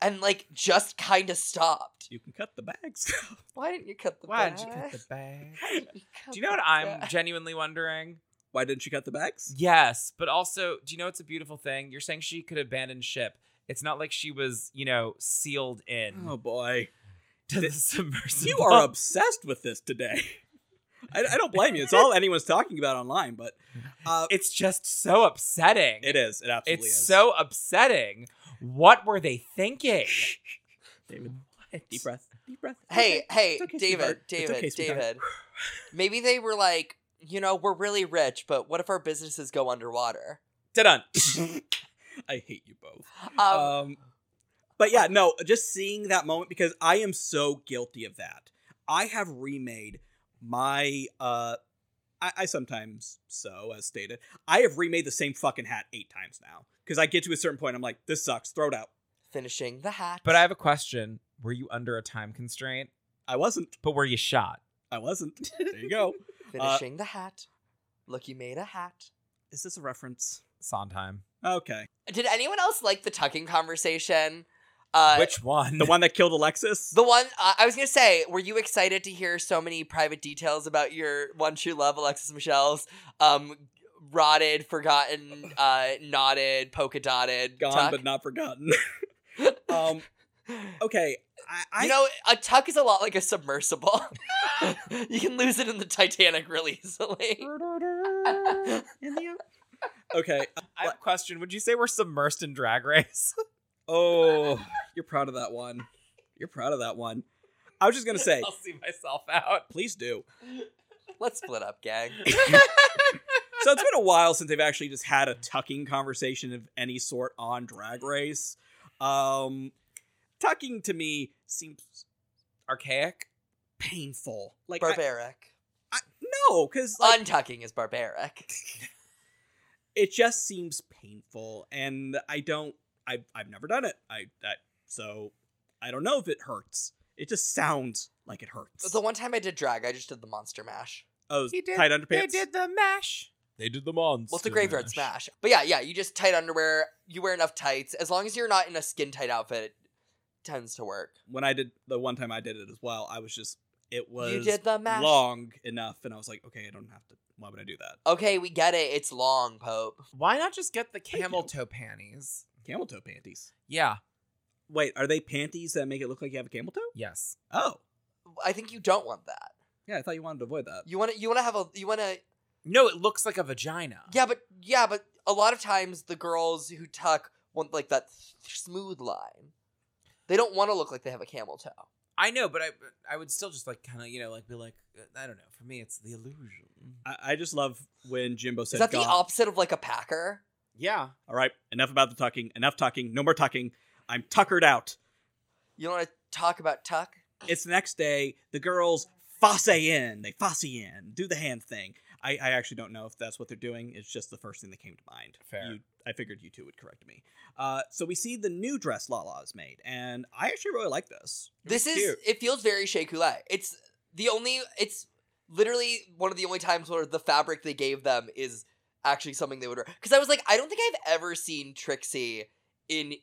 And like just kinda stopped.
you can cut the bags.
Why didn't you cut the
Why'd
bags?
you cut the bag?
Why didn't you cut
Do you know
the
what I'm
bag?
genuinely wondering?
Why didn't she cut the bags?
Yes, but also, do you know it's a beautiful thing? You're saying she could abandon ship. It's not like she was, you know, sealed in
Oh boy,
to the submersible.
you are obsessed with this today. I, I don't blame you. It's all anyone's talking about online, but uh,
It's just so upsetting.
it is. It absolutely
It's
is.
so upsetting. What were they thinking?
David,
What?
deep breath. Deep breath.
Hey,
Okay.
hey,
It's okay,
David,
sweetheart. It's
David,
okay, sweetheart.
David. Maybe they were like, you know, we're really rich, but what if our businesses go underwater?
Dun-dun.
I hate you both.
Um,
Um, but yeah, no, just seeing that moment because I am so guilty of that. I have remade my uh I, I sometimes so as stated. I have remade the same fucking hat eight times now. Because I get to a certain point, I'm like, this sucks, throw it out.
finishing the hat.
But I have a question. Were you under a time constraint?
I wasn't.
But were you shot?
I wasn't. There you go.
finishing the hat. Look, you made a hat.
Is this a reference?
Sondheim.
Okay.
Did anyone else like the tucking conversation? Uh,
Which one?
The one that killed Alexis?
the one uh, I was gonna say, were you excited to hear so many private details about your one true love, Alexis Michelle's um, rotted, forgotten, uh, knotted, polka dotted.
Gone
tuck.
but not forgotten. um, okay, I, I
you know, a tuck is a lot like a submersible. you can lose it in the Titanic really easily.
in the okay.
I have a question. Would you say we're submersed in drag race?
Oh, you're proud of that one. You're proud of that one. I was just gonna say,
I'll see myself out.
please do.
Let's split up, gang.
So it's been a while since they've actually just had a tucking conversation of any sort on Drag Race. Um, tucking to me seems
Archaic.
painful. Like I,
Barbaric.
I, no, because like
Untucking is barbaric.
it just seems painful, and I don't. I've I've never done it. I that so I don't know if it hurts. It just sounds like it hurts.
the one time I did drag, I just did the monster mash.
oh,
He did-
tight underpants.
the mash. They did the monster.
Well, it's a graveyard smash. But yeah, yeah, you just tight underwear, you wear enough tights. As long as you're not in a skin tight outfit, it tends to work.
when I did the one time I did it as well, I was just it was
You did the mash.
long enough, and I was like, okay, I don't have to. Why would I do that?
Okay, we get it. It's long, Pope.
Why not just get the
Thank
camel
you.
toe panties?
Camel toe panties.
Yeah.
Wait, are they panties that make it look like you have a camel toe?
Yes.
Oh,
I think you don't want that.
yeah, I thought you wanted to avoid that.
You want to you want to have a you want to
No, it looks like a vagina.
Yeah, but yeah, but a lot of times the girls who tuck want like that th- smooth line. They don't want to look like they have a camel toe.
I know, but I I would still just like kind of you know like be like uh, I don't know. For me, it's the illusion.
I, I just love when Jimbo
Is
said,
that the
"God,
opposite of like a packer?
Yeah.
"All right, enough about the tucking. Enough tucking. No more tucking. I'm tuckered out."
You don't want to talk about tuck?
It's the next day. The girls fosse in. They fosse in. Do the hand thing. I, I actually don't know if that's what they're doing. It's just the first thing that came to mind.
Fair.
You, I figured you two would correct me. Uh, so we see the new dress Lala has made, and I actually really like this. It
This
was
is
cute.
it feels very Sheikulé. It's the only it's literally one of the only times where the fabric they gave them is actually something they would wear. Because I was like, I don't think I've ever seen Trixie in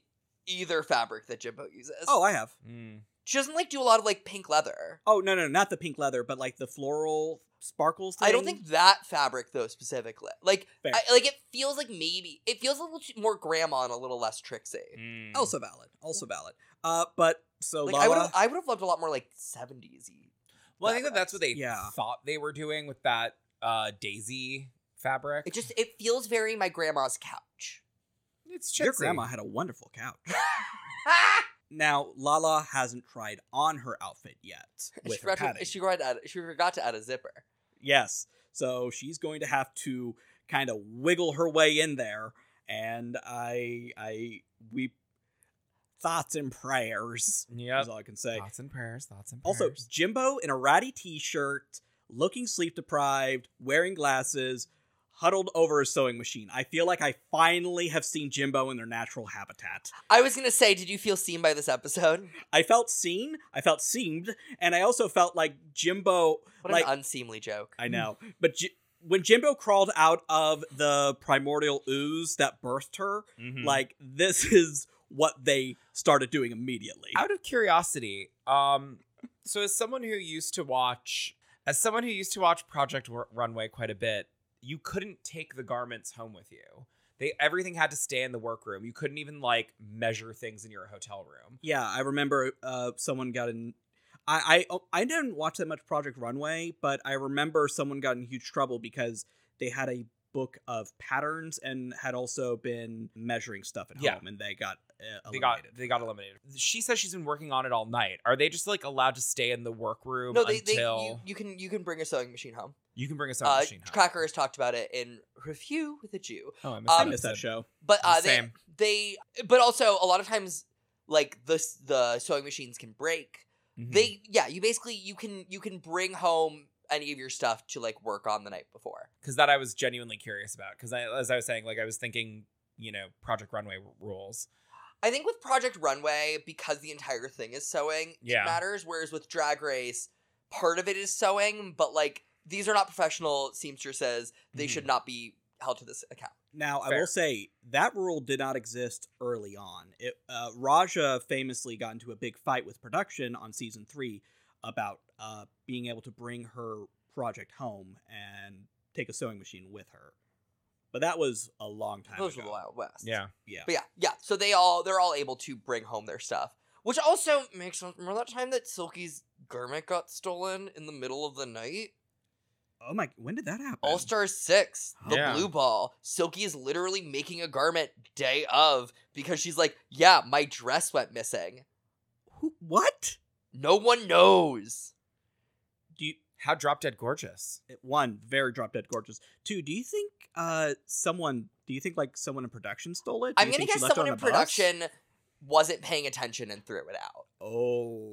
either fabric that Jimbo uses.
Oh, I have.
Mm-hmm.
she doesn't like do a lot of like pink leather.
Oh no, no, not the pink leather, but like the floral sparkles. Thing.
I don't think that fabric though specifically. Like,
Fair.
I, like it feels like maybe it feels a little t- more grandma and a little less Trixie.
Oh,
Also valid. Also valid. Uh, but so
Like I would
Lala.
have, I would have loved a lot more like seventies.
Well, I think that that's what they
Yeah.
thought they were doing with that uh daisy fabric.
It just it feels very my grandma's couch.
it's
your
chintzy.
grandma had a wonderful couch. Now Lala hasn't tried on her outfit yet.
she
With her
forgot
padding.
to, she forgot to add she forgot to add a zipper.
Yes. So she's going to have to kind of wiggle her way in there, and I, I, we, thoughts and prayers
Yep.
is all I can say.
Thoughts and prayers. Thoughts and prayers.
Also, Jimbo in a ratty t-shirt, looking sleep deprived, wearing glasses, huddled over a sewing machine. I feel like I finally have seen Jimbo in their natural habitat.
I was gonna say, did you feel seen by this episode?
I felt seen, I felt seemed, and I also felt like Jimbo
What
like
an unseemly joke.
Hmm.
I know. But J- when Jimbo crawled out of the primordial ooze that birthed her,
Hmm. Mm-hmm.
like this is what they started doing immediately.
out of curiosity, um, so as someone who used to watch, as someone who used to watch Project Ru- Runway quite a bit, you couldn't take the garments home with you. They everything had to stay in the workroom. You couldn't even like measure things in your hotel room.
Yeah, I remember uh, someone got in. I, I I didn't watch that much Project Runway, but I remember someone got in huge trouble because they had a book of patterns and had also been measuring stuff at
Yeah.
home, and they got uh,
They got
eliminated.
they got eliminated. She says she's been working on it all night. Are they just like allowed to stay in the workroom
No, they, they
until
you, you can you can bring a sewing machine home.
you, can bring a sewing
Uh,
machine home?
Cracker has talked about it in review with a Jew.
Oh, I
I
um,
miss that
episode.
show.
But uh, they,
Same.
they, but also a lot of times, like the s- the sewing machines can break.
Mhm.
They, yeah, you basically you can you can bring home any of your stuff to like work on the night before.
because that I was genuinely curious about. Because I, as I was saying, like I was thinking, you know, Project Runway r- rules.
I think with Project Runway, because the entire thing is sewing,
Yeah.
it matters. Whereas with Drag Race, part of it is sewing, but like these are not professional seamstresses. They
Mhm.
should not be held to this account.
Now, I
Fair.
will say that rule did not exist early on. It, uh, Raja famously got into a big fight with production on season three about uh, being able to bring her project home and take a sewing machine with her. But that was a long time
Those were
ago.
the Wild West.
Yeah.
Yeah.
But yeah, yeah. So they all they're all able to bring home their stuff, which also makes sense. Remember that time that Silky's garment got stolen in the middle of the night?
Oh my! When did that happen?
All Star Six, the
Yeah.
blue ball. Silky is literally making a garment day of because she's like, yeah, my dress went missing.
Who, what?
No one knows.
Do you,
How drop dead gorgeous.
one very drop dead gorgeous. Two. Do you think uh someone? Do you think like someone in production stole it? Do
I'm
you
gonna
think she
guess
left it
someone
on
in
a bus?
production wasn't paying attention and threw it out.
Oh.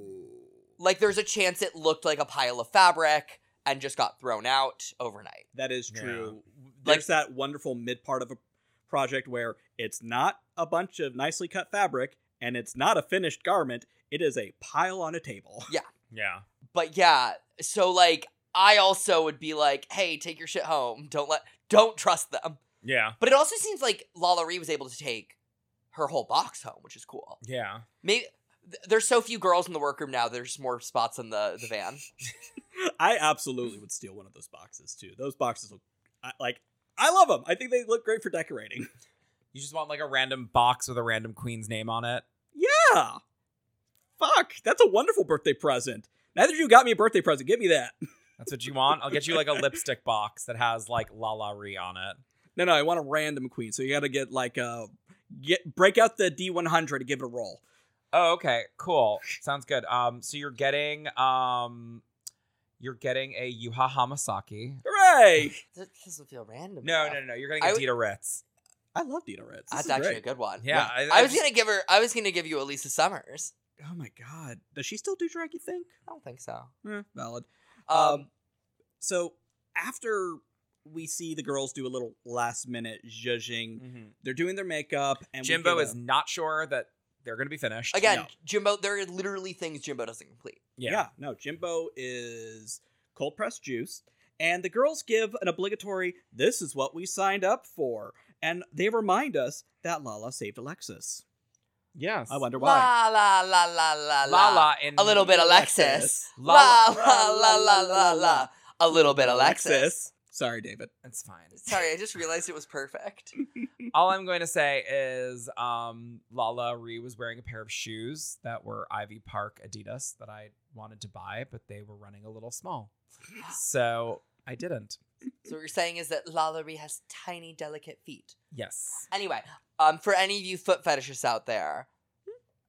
Like there's a chance it looked like a pile of fabric and just got thrown out overnight.
That is
Yeah.
true.
Like-
There's that wonderful mid part of a project where it's not a bunch of nicely cut fabric and it's not a finished garment. It is a pile on a table.
Yeah.
But yeah, so like I also would be like, hey, take your shit home. Don't let don't trust them.
Yeah.
But it also seems like Lala Ree was able to take her whole box home, which is cool.
Yeah.
Maybe th- there's so few girls in the workroom now. There's more spots in the the van.
I absolutely would steal one of those boxes too. Those boxes look I, like I love them. I think they look great for decorating.
You just want like a random box with a random queen's name on it.
Yeah. Fuck, that's a wonderful birthday present. Neither of you got me a birthday present. Give me that.
That's what you want. I'll get you like a lipstick box that has like La La Ree on it.
No, no, I want a random queen. So you got to get like a get break out the D100 and give it a roll.
Oh, okay, cool. Sounds good. Um, so you're getting um, you're getting a Yuha Hamasaki.
Hooray!
That doesn't feel random.
No,
enough.
no, no. You're getting
I
a
would-
Dita Ritz.
I love Dina Ritz. This
That's
is
actually
great.
a good one.
Yeah,
I was gonna give her. I was gonna give you Elisa Summers.
Oh my god, does she still do drag? You think?
I don't think so.
Eh, valid.
Um,
Um, So after we see the girls do a little last minute zhuzhing,
Mm-hmm.
Mm-hmm.
they're doing their makeup, and we
Mm. Jimbo
get
is
a-
not sure that they're gonna be finished
again,
no.
Jimbo. There are literally things Jimbo doesn't complete.
yeah. no Jimbo is cold pressed juice, and the girls give an obligatory "This is what we signed up for," and they remind us that Lala saved Alexis.
Yes.
I wonder why.
La la la la la
La La in
A little bit Alexis.
Alexis.
La
La-
la la la la la. A little bit Alexis.
Sorry, David.
It's fine.
Sorry, I just realized it was perfect.
All I'm going to say is um, Lala Ree was wearing a pair of shoes that were Ivy Park Adidas that I wanted to buy, but they were running a little small. So I didn't.
So what you're saying is that Lalaurie has tiny, delicate feet.
Yes.
Anyway, um, for any of you foot fetishists out there,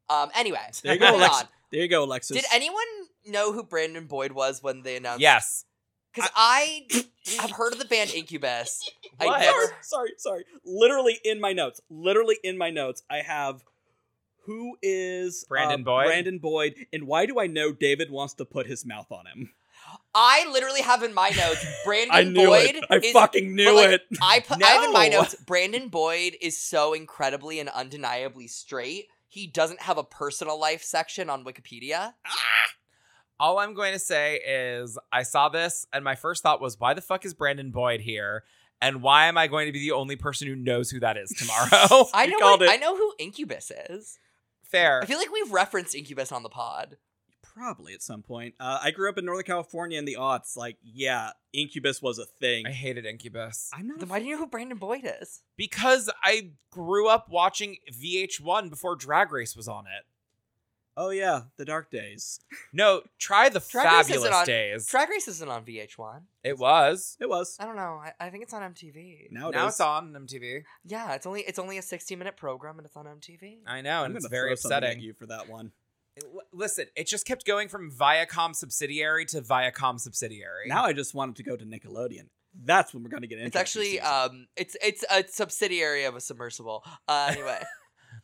um, anyway,
There you go,
moving
Alexis.
on.
There you go, Alexis.
Did anyone know who Brandon Boyd was when they announced?
Yes.
because I, have heard of the band Incubus. I
What?
never.
sorry, sorry. Literally in my notes. Literally in my notes, I have who is uh,
Brandon Boyd?
Brandon Boyd, and why do I know David wants to put his mouth on him?
I literally have in my notes Brandon
I knew
Boyd.
it. I
is,
fucking knew
like,
it.
I put. I have in my
No.
notes Brandon Boyd is so incredibly and undeniably straight. He doesn't have a personal life section on Wikipedia.
All I'm going to say is I saw this and my first thought was, why the fuck is Brandon Boyd here? And why am I going to be the only person who knows who that is tomorrow?
I
You
know.
called
what-
it.
I know who Incubus is.
Fair.
I feel like we've referenced Incubus on the pod.
Probably at some point. Uh, I grew up in Northern California in the aughts. Like, yeah, Incubus was a thing.
I hated Incubus.
I'm not. a
Then why do you know who Brandon Boyd is?
Because I grew up watching VH1 before Drag Race was on it.
oh yeah, the Dark Days.
No, try the
Drag Race isn't
fabulous
on-
days.
Drag Race isn't on VH1.
it was.
It was.
I don't know. I, I think it's on MTV.
Now,
now it's on MTV.
Yeah, it's only it's only a sixty minute program and it's on MTV.
I know,
I'm
Oh, and it's
gonna
very
throw something at
upsetting.
you for that one.
It- li- Listen, it just kept going from Viacom subsidiary to Viacom subsidiary.
Now I just want him to go to Nickelodeon. That's when we're gonna get into.
It's actually um, it's it's a subsidiary of a submersible. Uh, anyway,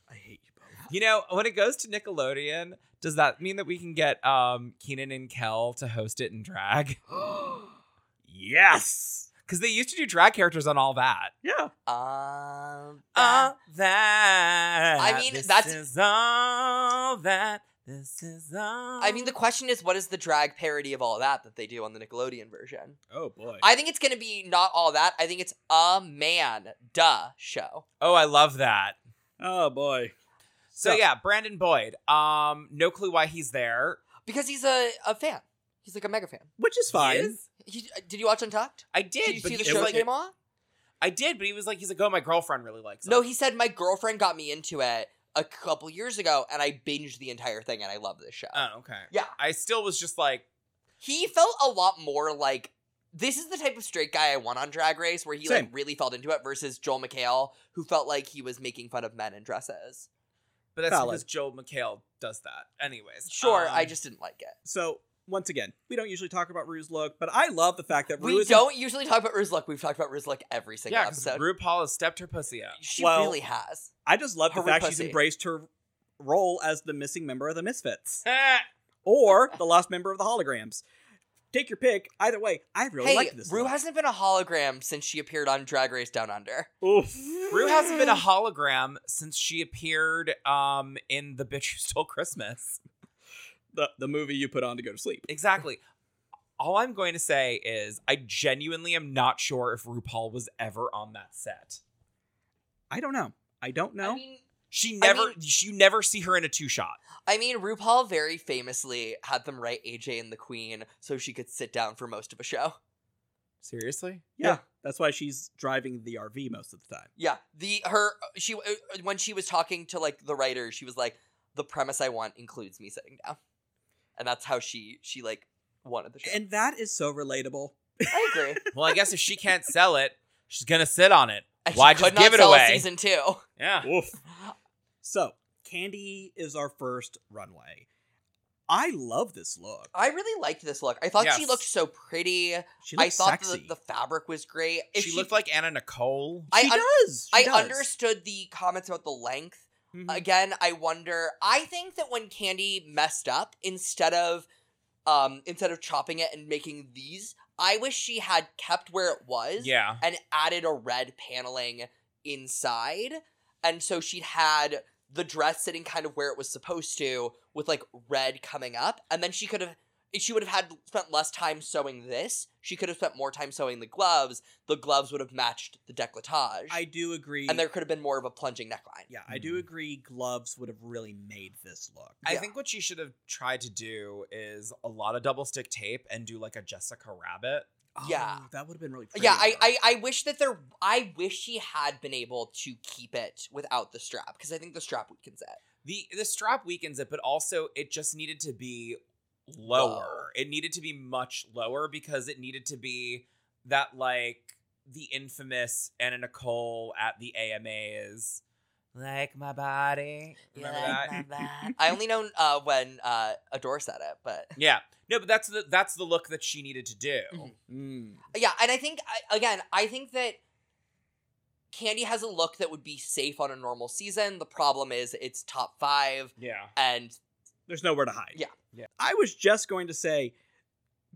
I hate you both.
you know, when it goes to Nickelodeon, does that mean that we can get um, Keenan and Kel to host it in drag?
yes.
Because they used to do drag characters on all that.
Yeah.
um,
All that.
I mean,
this
that's-
is all that. This is all.
I mean, the question is, what is the drag parody of all that that they do on the Nickelodeon version?
Oh boy.
I think it's gonna be not all that. I think it's a man, duh, show.
oh, I love that.
oh boy.
So, yeah, Brandon Boyd. Um, no clue why he's there.
Because he's a, a fan. He's like a mega fan.
which is fine.
He is?
He, uh, did you watch Untucked?
I did.
Did you
but
see the
he
show
was-
came on?
I did, but he was like, he's like, oh, my girlfriend really likes it.
No, he said my girlfriend got me into it a couple years ago, and I binged the entire thing, and I love this show.
Oh, okay.
Yeah.
I still was just like,
he felt a lot more like this is the type of straight guy I want on Drag Race, where he
Same.
like really felt into it, versus Joel McHale, who felt like he was making fun of men in dresses.
but that's
Valid.
because Joel McHale does that. Anyways.
Sure, I
um,
just didn't like it.
So once again, we don't usually talk about Rue's look, but I love the fact that Rue
We
is
don't usually talk about Rizluck. We've talked about Rizluck every single
Yeah, because
episode.
RuPaul has stepppt her pussy out.
she
Well-
really has.
I just love the
Her
fact she's
pussy.
embraced her role as the missing member of the Misfits
Eh,
or the lost member of the Holograms. Take your pick. Either way, I really
hey,
like this.
Rue
look.
hasn't been a hologram since she appeared on Drag Race Down Under.
Rue hasn't been a hologram since she appeared um in The Bitch Who Stole Christmas.
the, the movie you put on to go to sleep.
Exactly. All I'm going to say is I genuinely am not sure if RuPaul was ever on that set.
I don't know. I don't know.
I mean,
She
I
never you never see her in a two shot.
I mean, RuPaul very famously had them write AJ and the Queen so she could sit down for most of a show.
Seriously?
yeah.
yeah.
that's why she's driving the RV most of the time.
Yeah, the her she uh, when she was talking to like the writer, she was like, "The premise I want includes me sitting down," and that's how she she like wanted the show.
And that is so relatable.
I agree.
Well, I guess if she can't sell it, she's gonna sit on it.
And she
Why just
could not
give it
sell
away?
Season two.
Yeah.
Woof. So, Candy is our first runway. I love this look.
I really liked this look. I thought she
Yes.
looked so pretty.
She
I
looks
thought the,
sexy.
the fabric was great. If
she, looked like Anna Nicole.
I
she
un-
does. She
I
does.
understood the comments about the length.
Mhm.
again i wonder i think that when candy messed up instead of um instead of chopping it and making these i wish she had kept where it was
Yeah.
and added a red paneling inside and so she'd had the dress sitting kind of where it was supposed to with like red coming up and then she could have she would have had spent less time sewing this she could have spent more time sewing the gloves the gloves would have matched the decolletage
I do agree.
and Mm-hmm. there could have been more of a plunging neckline
yeah, I do agree. Gloves would have really made this look.
I
Yeah.
think what she should have tried to do is a lot of double stick tape and do like a Jessica Rabbit.
yeah.
Oh, that would have been really. Pretty
Yeah, I, I I wish that there I wish she had been able to keep it without the strap because I think the strap weakens it.
The the strap weakens it, but also it just needed to be lower. It needed to be much lower because it needed to be that like the infamous Anna Nicole at the AMAs. Like my body. Remember that?
I only know uh, when uh, Adore said it, but
Yeah. No, but that's the that's the look that she needed to do.
Mhm.
Mm.
yeah, and I think I, again I think that Candy has a look that would be safe on a normal season. The problem is it's top five,
Yeah.
and
There's nowhere to hide.
Yeah.
Yeah.
I was just going to say,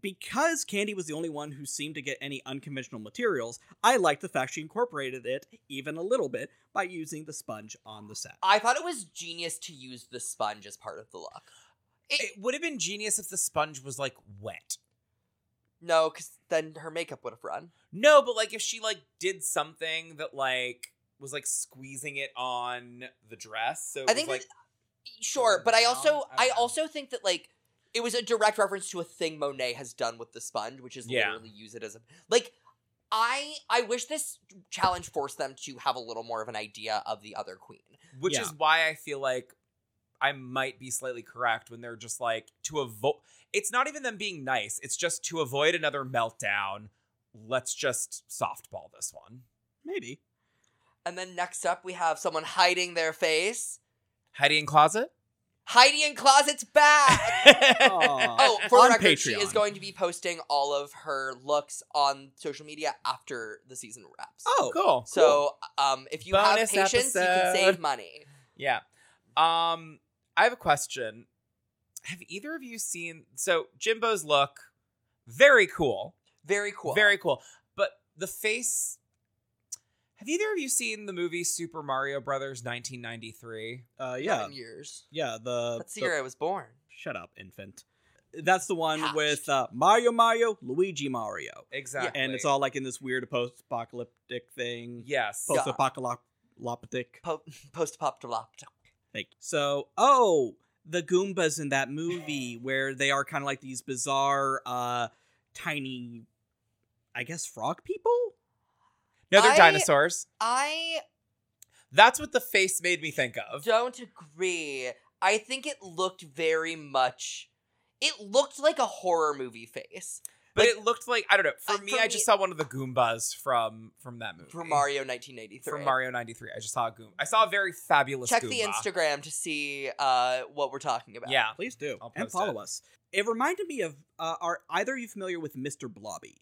because Candy was the only one who seemed to get any unconventional materials, I liked the fact she incorporated it even a little bit by using the sponge on the set.
I thought it was genius to use the sponge as part of the look.
It would have been genius if the sponge was like wet.
No, because then her makeup would have run.
No, but like if she like did something that like was like squeezing it on the dress, so it
I
was,
think
like
Sure, but I also
Brown? I
I
don't know.
also think that like it was a direct reference to a thing Monet has done with the sponge, which is
Yeah.
literally use it as a like I I wish this challenge forced them to have a little more of an idea of the other queen.
which
Yeah.
is why I feel like I might be slightly correct when they're just like to avoid. It's not even them being nice. It's just to avoid another meltdown. Let's just softball this one.
Maybe.
And then next up we have someone hiding their face.
Heidi in closet.
Heidi in closet's back. oh, for
On
the record, she
Patreon.
is going to be posting all of her looks on social media after the season wraps.
Oh,
cool.
So, um, if you
Bonus
have patience, you can
episode.
save money.
Yeah. Um, I have a question. Have either of you seen so Jimbo's look? Very cool.
Very cool.
Very cool. But the face. Have either of you seen the movie Super Mario Brothers 1993?
Uh,
Not
yeah,
in years.
yeah. The,
That's the
the-
year I was born.
shut up, infant. That's the one
Hatched.
with uh, Mario, Mario, Luigi, Mario,
Exactly.
and it's all like in this weird post-apocalyptic thing.
yes. uh,
Yeah.
Post-apocalyptic.
Po- Post-apocalyptic.
Thank you. So, oh, the Goombas in that movie where they are kind of like these bizarre, uh, tiny, I guess, frog people.
No, they're
I-
dinosaurs.
I
That's what the face made me think of.
don't agree. I think it looked very much. It looked like a horror movie face
But
Like-
it looked like I don't know. For
Uh,
me,
for
I
me-
just saw one of the Goombas from from that movie.
for Mario 1983.
From Mario '93, I just saw a Goomba. I saw a very fabulous.
Check
Goomba.
the Instagram to see uh, what we're talking about.
Yeah,
Please do.
I'll
And
post
follow
it.
us. It reminded me of uh, are either of you familiar with Mr. Blobby?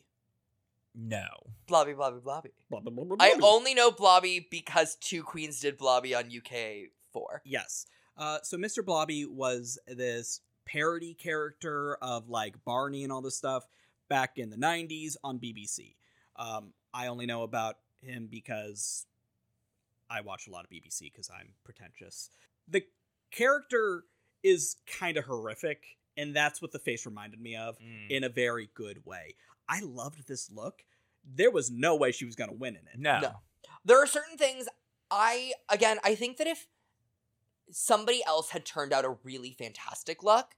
no.
Blobby, blobby, blobby.
Blah, blah, blah, blah,
I
blah.
only know Blobby because two queens did Blobby on UK four.
Yes. Uh, so Mr. Blobby was this parody character of like Barney and all this stuff back in the 90s on BBC. Um, I only know about him because I watch a lot of BBC because I'm pretentious. The character is kind of horrific, and that's what the face reminded me of
Mm.
Mm-hmm.
in a very good way. I loved this look. There was no way she was going to win in it.
no,
No. There are certain things I again I think that if somebody else had turned out a really fantastic look,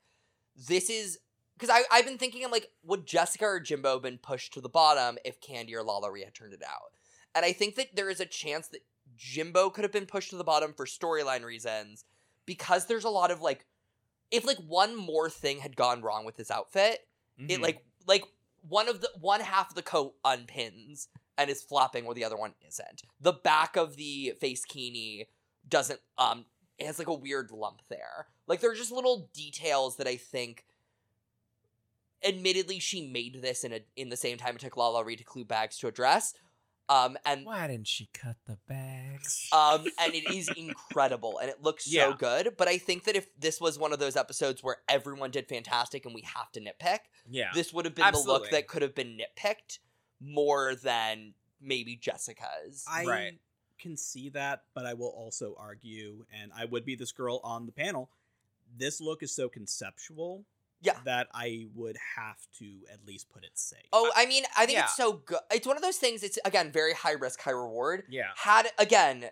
this is because I I've been thinking I'm like would Jessica or Jimbo been pushed to the bottom if Candy or Lalaurie had turned it out, and I think that there is a chance that Jimbo could have been pushed to the bottom for storyline reasons because there's a lot of like if like one more thing had gone wrong with his outfit it
Mhm.
like like one of the one half of the coat unpins and is flopping where the other one isn't the back of the face kini doesn't um it has like a weird lump there like there are just little details that i think admittedly she made this in a in the same time it took lala reed to clue bags to address um and
Why didn't she cut the bags?
um, and it is incredible, and it looks so
Yeah.
good. But I think that if this was one of those episodes where everyone did fantastic and we have to nitpick,
yeah.
this would have been the
Absolutely.
look that could have been nitpicked more than maybe Jessica's.
I
Right.
can see that, but I will also argue, and I would be this girl on the panel. This look is so conceptual
Yeah.
that I would have to at least put it safe.
oh, I mean, I think
uh, yeah.
it's so good. It's one of those things. It's again very high risk, high reward.
yeah.
Had again,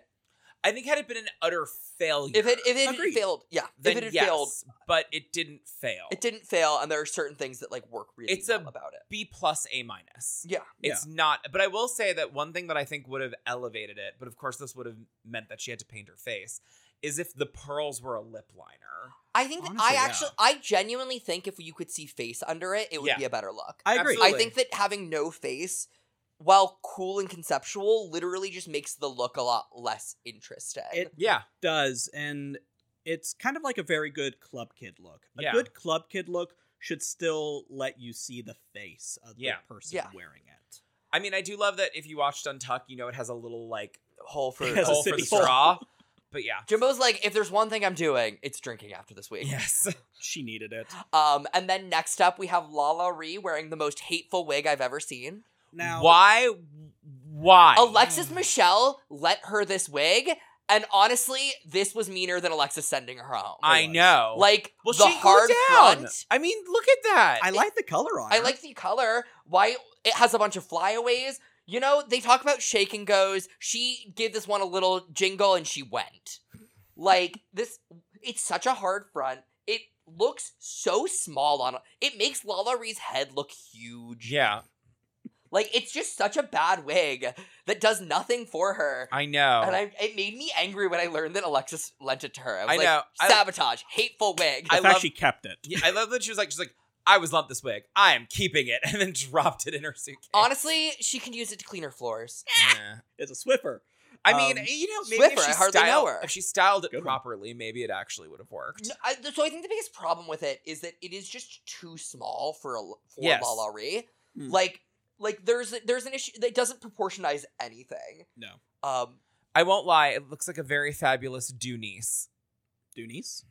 I think had it been an utter failure,
if it if it had
Agreed.
failed, yeah,
then
if it had
yes,
failed,
but it didn't fail.
it didn't fail, and there are certain things that like work really
It's a-
well about it.
B plus A minus.
Yeah,
It's not, but I will say that one thing that I think would have elevated it, but of course this would have meant that she had to paint her face, is if the pearls were a lip liner.
I think that
Honestly,
I
yeah.
actually, I genuinely think if you could see face under it, it would
Yeah.
be a better look.
I agree.
I think that having no face, while cool and conceptual, literally just makes the look a lot less interesting.
It
Yeah,
does, and it's kind of like a very good club kid look. A
Yeah.
good club kid look should still let you see the face of
Yeah.
the person
Yeah.
wearing it.
I mean, I do love that if you watched Untucked, you know it has a little like
hole for
It has a
hole for the
sippy hole.
straw. But yeah,
Jimbo's like, if there's one thing I'm doing, it's drinking after this week.
yes,
She needed it.
Um, and then next up we have Lala Ree wearing the most hateful wig I've ever seen.
Now,
why? Why?
Alexis Michelle let her this wig, and honestly, this was meaner than Alexis sending her home.
I
was.
know.
like
well,
the
she grew
hard
down.
front.
I mean, look at that.
I like the color on.
I
her.
like the color. Why it has a bunch of flyaways. You know, they talk about shake and goes. She gave this one a little jingle and she went. Like this it's such a hard front. It looks so small on it makes Lala Ree's head look huge.
yeah,
Like it's just such a bad wig that does nothing for her.
I know.
And I, it made me angry when I learned that Alexis lent it to her. I was
I
like,
know. I-
sabotage, hateful wig.
The
I
fact
love-
she kept it.
Yeah, I love that she was like, she's like, I was lumped this wig. I am keeping it, and then dropped it in her suitcase.
Honestly, she can use it to clean her floors.
Yeah.
It's a Swiffer.
I mean,
Um,
you know, maybe
Swiffer,
if she
I hardly know
styled,
her.
if she styled it
Good one.
properly, maybe it actually would have worked.
No, I, th- so I think the biggest problem with it is that it is just too small for a l- for
Yes.
La La Ree.
Hmm.
Like like there's there's an issue that doesn't proportionize anything.
No.
Um
I won't lie; it looks like a very fabulous Dunice,
Doonies.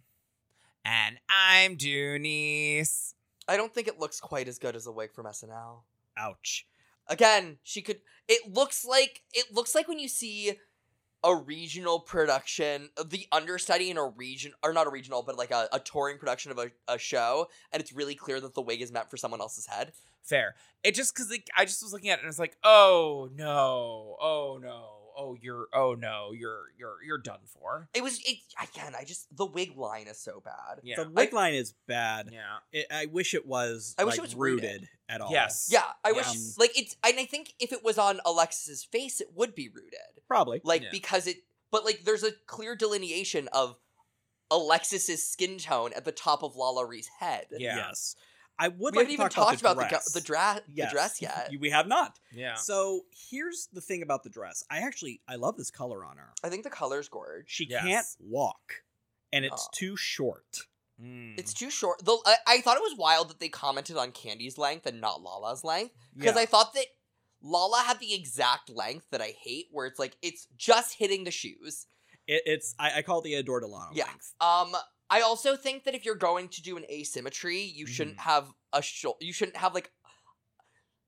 and I'm Dunice.
I don't think it looks quite as good as a wig from SNL.
Ouch.
Again, she could it looks like it looks like when you see a regional production of the understudy in a region or not a regional but like a, a touring production of a, a show and it's really clear that the wig is meant for someone else's head
Fair. It just because like I just was looking at it and it's like, oh no, oh no, oh you're oh no you're you're you're done for.
It was it, again. I just the wig line is so bad.
Yeah.
The wig line is bad.
yeah.
It, I wish it was.
I wish
like,
it was
rooted,
rooted.
at all.
Yes.
Yeah, I wish
Um,
like it's and I think if it was on Alexis's face, it would be rooted.
probably.
Like
Yeah.
because it but like there's a clear delineation of Alexis's skin tone at the top of Lala Ree's head.
Yeah.
Yes. I would
We
like
haven't
to
even
talk
talked about the dra-
dress.
the, dra-
Yes.
the dress yet.
We have not.
Yeah.
So here's the thing about the dress. I actually I love this color on her.
I think the color's gorge.
She
Yes.
can't walk, and it's
Oh.
too short. Hmm.
Mm.
It's too short. The, I, I thought it was wild that they commented on Candy's length and not Lala's length because I thought that Lala had the exact length that I hate, where it's like it's just hitting the shoes.
It, it's I, I call it the Adore
Oh,
Delano.
Yeah.
length.
Um, I also think that if you're going to do an asymmetry, you
Mhm.
shouldn't have a shoulder. You shouldn't have like.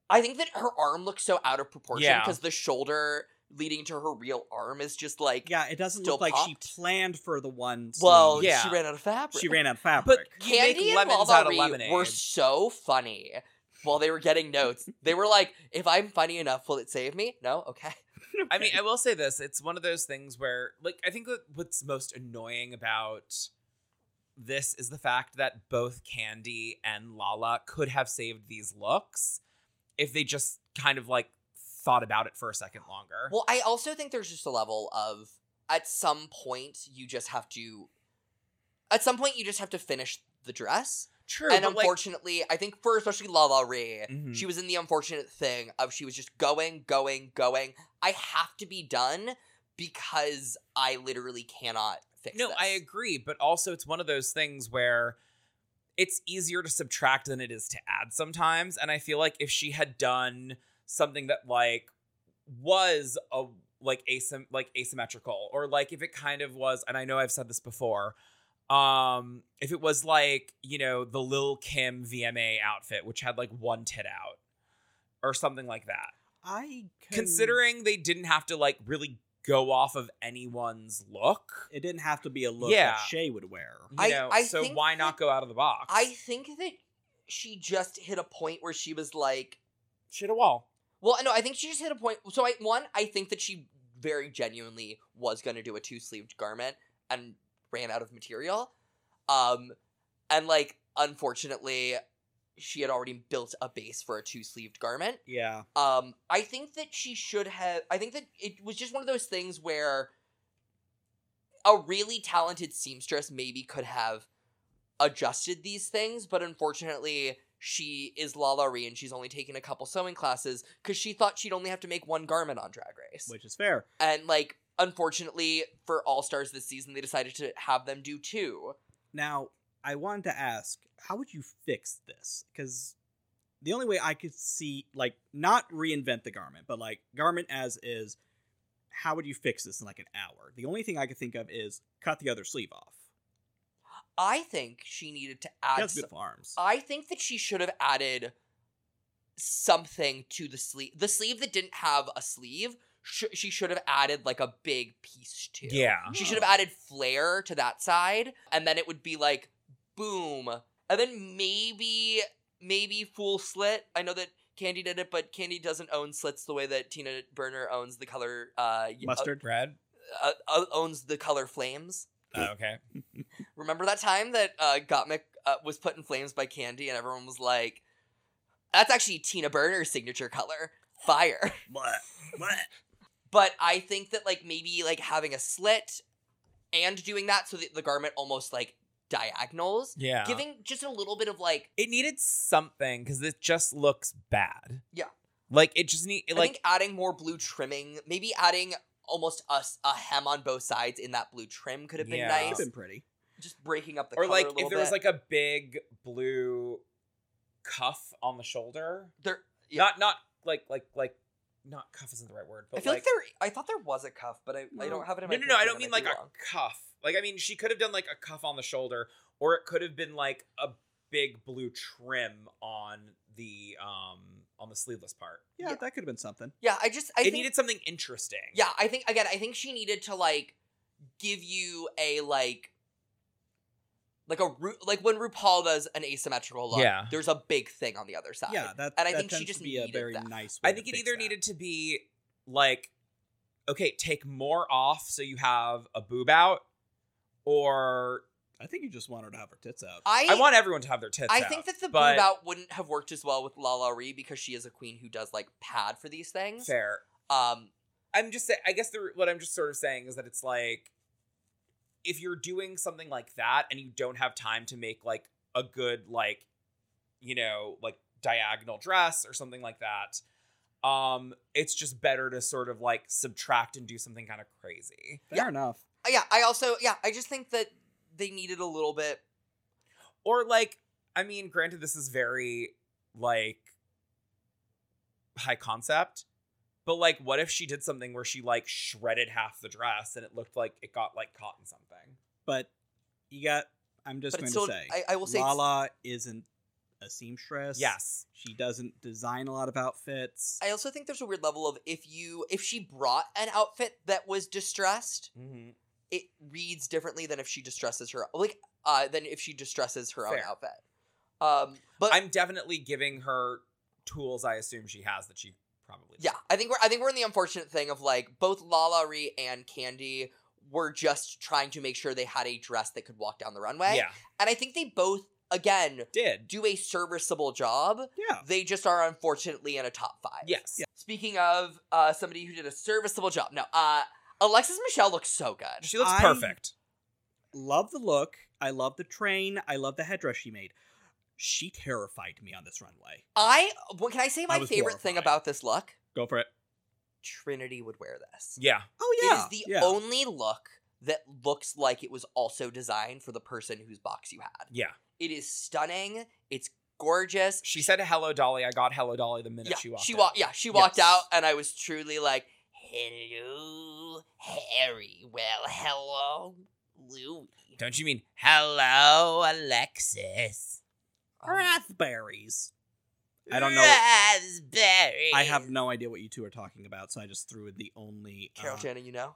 I think that her arm looks so out of proportion
Yeah.
because the shoulder leading to her real arm is just like.
Yeah, it doesn't
Still
look like she
popped?
planned for the one. sleeve.
Well,
yeah.
she ran out of fabric.
she ran out of fabric.
but you make
Candy and
lemons out of
Lala
lemonade.
were so funny. While they were getting notes, they were like, "If I'm funny enough, will it save me?" No, okay.
I mean, I will say this: it's one of those things where, like, I think that what's most annoying about this is the fact that both Candy and Lala could have saved these looks if they just kind of like thought about it for a second longer.
Well, I also think there's just a level of at some point you just have to, at some point you just have to finish the dress.
true,
and
but, like,
unfortunately, I think for especially Lala Ree,
Mhm.
she was in the unfortunate thing of she was just going, going, going. I have to be done because I literally cannot fix
no,
this.
I agree, but also it's one of those things where it's easier to subtract than it is to add sometimes, and I feel like if she had done something that like was a like asym like asymmetrical or like if it kind of was and I know I've said this before um if it was like you know the Lil Kim VMA outfit which had like one tit out or something like that
I can,
considering they didn't have to like really go off of anyone's look
it didn't have to be a look
Yeah.
that Shay would wear.
you
I-
know,
I
so
think
why
that-
not go out of the box?
I think that she just hit a point where she was like,
shit a wall.
well, no, I think she just hit a point. So, I, one, I think that she very genuinely was going to do a two sleeved garment and ran out of material. Um, and like, unfortunately, she had already built a base for a two sleeved garment.
Yeah.
Um, I think that she should have. I think that it was just one of those things where a really talented seamstress maybe could have adjusted these things, but unfortunately, she is Lala Ree and she's only taken a couple sewing classes because she thought she'd only have to make one garment on Drag Race.
Which is fair.
And like, unfortunately, for All Stars this season, they decided to have them do two.
Now, I wanted to ask, how would you fix this? Because the only way I could see, like, not reinvent the garment, but like garment as is, how would you fix this in like an hour? The only thing I could think of is cut the other sleeve off.
I think she needed to add
That's
some-
beautiful arms.
I think that she should have added something to the sleeve. The sleeve that didn't have a sleeve, sh- she should have added like a big piece to.
Yeah.
She should have added flare to that side, and then it would be like boom. And then maybe, maybe full slit. I know that Candy did it, but Candy doesn't own slits the way that Tina Burner owns the color uh, y-
Mustard.
Red.
Uh, uh, owns the color flames.
Oh, okay.
Remember that time that uh, Gottmik uh, was put in flames by Candy, and everyone was like, "That's actually Tina Burner's signature color, fire."
What? What?
But I think that like maybe like having a slit and doing that so that the garment almost like diagonals,
Yeah.
giving just a little bit of like
it needed something because it just looks bad.
Yeah.
Like it just need
I
like
think adding more blue trimming, maybe adding almost a, s- a hem on both sides in that blue trim could have been
Yeah.
That
nice.
would have been pretty.
Just breaking up the
or
color
like
a
if
little
there was
bit.
like a big blue cuff on the shoulder.
there. Yeah.
Not not like like like not cuff isn't the right word. But
I feel like, there. I thought there was a cuff, but I, I
No.
don't have it in my.
no no no I
picture,
don't
and
mean
might
like
be
a
wrong.
cuff. Like I mean she could have done like a cuff on the shoulder or it could have been like a big blue trim on the um on the sleeveless part.
Yeah,
Yeah.
that could have been something.
Yeah, I just I
it
think,
needed something interesting.
Yeah, I think again, I think she needed to like give you a like like a Ru- like when RuPaul does an asymmetrical look.
Yeah.
there's a big thing on the other side.
Yeah, that.
And I
that
think she
tends
just
to be a
needed
very
that.
nice. Way
I think
to
it
fix
either
that.
needed to be like okay, take more off so you have a boob out, or
I think you just want her to have her tits out.
I,
I want everyone to have their tits.
I
out,
think that the
but-
boob out wouldn't have worked as well with Lala Ree because she is a queen who does like pad for these things.
fair.
Um,
I'm just saying. I guess the, what I'm just sort of saying is that it's like if you're doing something like that and you don't have time to make like a good like you know like diagonal dress or something like that um it's just better to sort of like subtract and do something kind of crazy
Fair enough.
yeah, I also yeah, I just think that they needed a little bit.
or like i mean granted this is very like high concept but like what if she did something where she like shredded half the dress and it looked like it got like caught in something
But you got. I'm just
But
going
it's
to
still,
say,
I, I will say, it's-
Lala isn't a seamstress.
yes
She doesn't design a lot of outfits.
I also think there's a weird level of if you if she brought an outfit that was distressed,
mm-hmm.
it reads differently than if she distresses her like uh than if she distresses her own
Fair.
outfit. Um, but
i'm definitely giving her tools i assume she has that she probably
Yeah, I think we're I think we're in the unfortunate thing of like both Lala Ree and Candy were just trying to make sure they had a dress that could walk down the runway.
yeah
And I think they both again
did
do a serviceable job.
Yeah.
They just are unfortunately in a top 5.
yes
Yeah.
Speaking of uh somebody who did a serviceable job. No, uh Alexis Michelle looks so good.
she looks
I-
perfect
Love the look. I love the train. I love the headdress she made. She terrified me on this runway.
I what can I say my
was
favorite thing
horrified.
about this look?
Go for it.
Trinity would wear this.
yeah
Oh
It is the only look that looks like it was also designed for the person whose box you had.
yeah
It is stunning. It's gorgeous.
she said hello dolly i got hello dolly the minute
yeah,
she walked
she
out.
walked. Yeah, she walked
Yes.
out, and I was truly like, "Hello, Harry. Well, hello, Louis.
don't you mean hello alexis
Um,
raspberries. I don't know.
Raspberry.
I have no idea what you two are talking about, so I just threw in the only uh,
Carol Channing. You know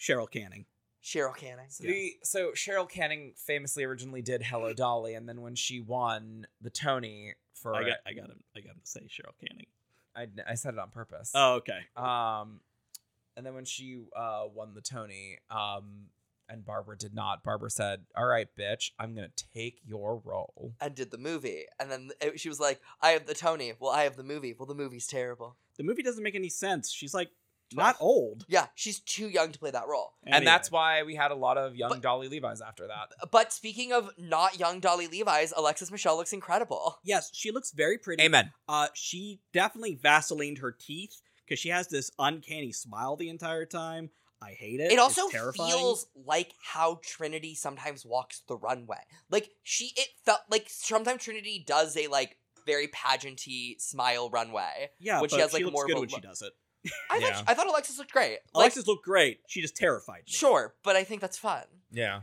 Cheryl Canning.
Cheryl Canning.
So The so Cheryl Canning famously originally did Hello Dolly, and then when she won the Tony for
I
I,
got, I got him. I got him to say Cheryl Canning.
I, I said it on purpose.
Oh, okay.
Um, and then when she uh won the Tony, um, and Barbara did not. Barbara said, "All right, bitch, I'm gonna take your role."
And did the movie, and then it- she was like, "I have the Tony. Well, I have the movie. Well, the movie's terrible.
The movie doesn't make any sense. She's like not old,
Yeah, she's too young to play that role."
And that's why we had a lot of young
But-
Dolly Levi's after that.
But speaking of not young Dolly Levi's, Alexis Michelle looks incredible.
Yes, she looks very pretty.
Amen.
Uh, she definitely vaselined her teeth because she has this uncanny smile the entire time. I hate it.
It also
it's terrifying.
feels like how Trinity sometimes walks the runway. Like she, it felt like sometimes Trinity does a like very pageanty smile runway.
yeah,
when she
but
has, like,
looks
more of
good
a
when she
look.
does it.
I
Yeah.
thought I thought Alexis looked great. Like,
Alexis looked great. She just terrified me.
sure, but I think that's fun.
Yeah.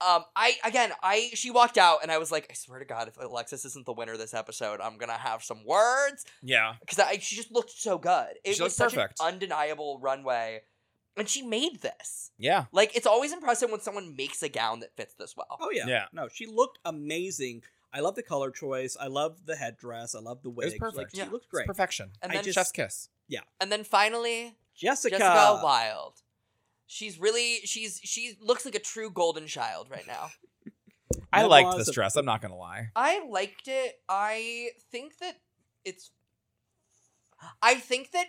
Um, I again, I she walked out and I was like, I swear to God, if Alexis isn't the winner this episode, I'm gonna have some words.
Yeah.
because I she just looked so good. It
She
was
looked
such
perfect.
an undeniable runway, and she made this.
Yeah.
Like it's always impressive when someone makes a gown that fits this well.
Oh yeah.
Yeah.
No, she looked amazing. I love the color choice. I love the headdress. I love the wig. Like,
perfect.
she
Yeah.
looked
It's
great.
perfection.
And
I
then
just-
Chef's kiss.
and then finally
Jessica.
Jessica Wilde. She's really she's she looks like a true golden child right now.
I liked
Memoirs
this
of-
dress. I'm not gonna lie.
I liked it. I think that it's I think that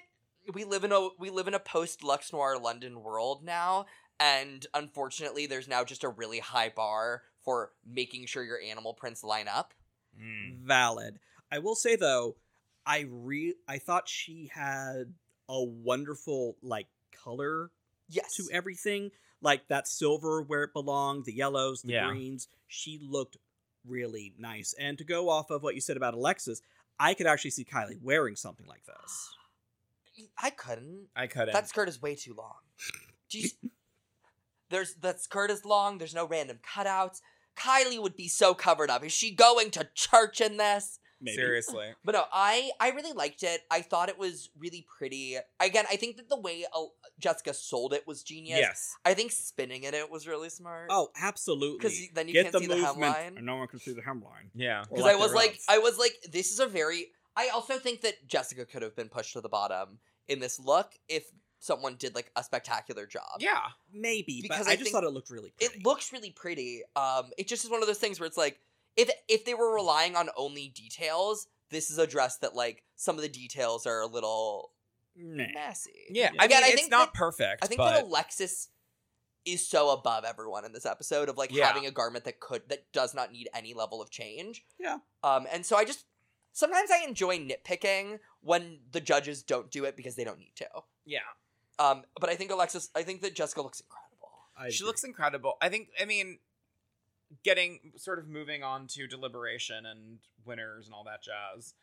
we live in a we live in a post Lux Noir London world now, and unfortunately there's now just a really high bar for making sure your animal prints line up.
Mm. Valid. I will say though, I re I thought she had a wonderful like color
Yes.
to everything. Like that silver where it belonged, the yellows, the
Yeah.
greens. She looked really nice. And to go off of what you said about Alexis, I could actually see Kylie wearing something like this.
I couldn't.
I couldn't.
That skirt is way too long. Do you s- there's that skirt is long, there's no random cutouts. Kylie would be so covered up. Is she going to church in this?
Maybe.
seriously.
But no, I I really liked it. I thought it was really pretty. Again, I think that the way uh, Jessica sold it was genius.
Yes.
I think spinning in it was really smart.
Oh, absolutely.
because then you
Get
can't
the
see the
movement,
hemline.
and no one can see the hemline.
Yeah.
Or
Because
lack
I was
thereof.
like, I was like, this is a very. I also think that Jessica could have been pushed to the bottom in this look if someone did like a spectacular job.
Yeah.
Maybe,
Because
but I,
I
just
think
thought it looked really pretty.
It looks really pretty. Um, it just is one of those things where it's like, if if they were relying on only details, this is a dress that like some of the details are a little
Nah.
messy.
Yeah.
Yeah.
I mean,
Again, I
it's
think
not
that-
perfect.
I think
but
that Alexis is so above everyone in this episode of like
Yeah.
having a garment that could that does not need any level of change.
Yeah.
Um, and so I just sometimes I enjoy nitpicking when the judges don't do it because they don't need to.
yeah.
Um, but I think Alexis, I think that Jessica looks incredible.
I
she
agree.
looks incredible. I think. I mean, getting sort of moving on to deliberation and winners and all that jazz.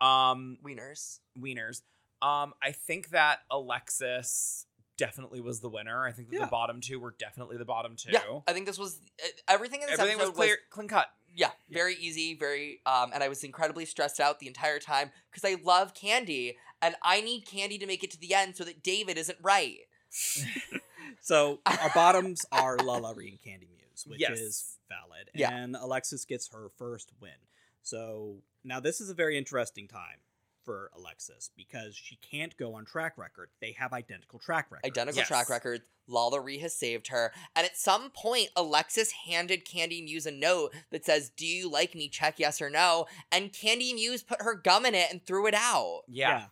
Um,
Wieners.
wieners. Um, I think that Alexis definitely was the winner. I think that
Yeah.
the bottom two were definitely the bottom two.
Yeah, I think this was e, everything in this
Everything was
episode
clear, clean cut.
Yeah, very easy, very um and I was incredibly stressed out the entire time cuz I love candy and I need candy to make it to the end so that David isn't right.
So our bottoms are Lala Ree and Candy Muse, which
Yes.
is valid.
Yeah.
And Alexis gets her first win. So now this is a very interesting time for Alexis because she can't go on track record. They have identical track records.
Identical
Yes.
track records. Lala Ree has saved her. And at some point, Alexis handed Candy Muse a note that says, Do you like me? Check yes or no. And Candy Muse put her gum in it and threw it out.
Yeah.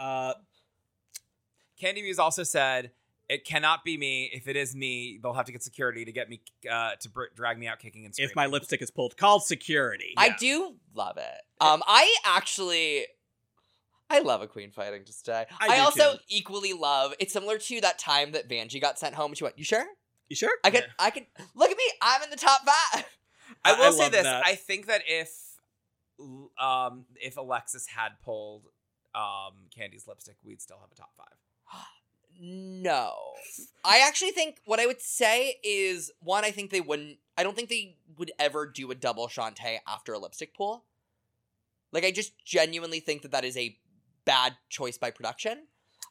Yeah. Uh,
Candy Muse also said, "It cannot be me. If it is me, they'll have to get security to get me uh, to br- drag me out kicking and screaming."
if my lipstick is pulled, call security.
I do love it.
Eh
Um, I actually, I love a queen fighting to stay.
I
I,
do
also
too.
equally love. It's similar to that time that Vanjie got sent home. and She went, "You sure?
You sure?
I could.
Yeah.
I could. Look at me. I'm in the top five.
I
I-
will
I
say
love
this:
that.
I think that if um if Alexis had pulled um Candy's lipstick, we'd still have a top five.
No, I actually think what I would say is one. I think they wouldn't. I don't think they would ever do a double Shantae after a lipstick pull. Like I just genuinely think that that is a bad choice by production.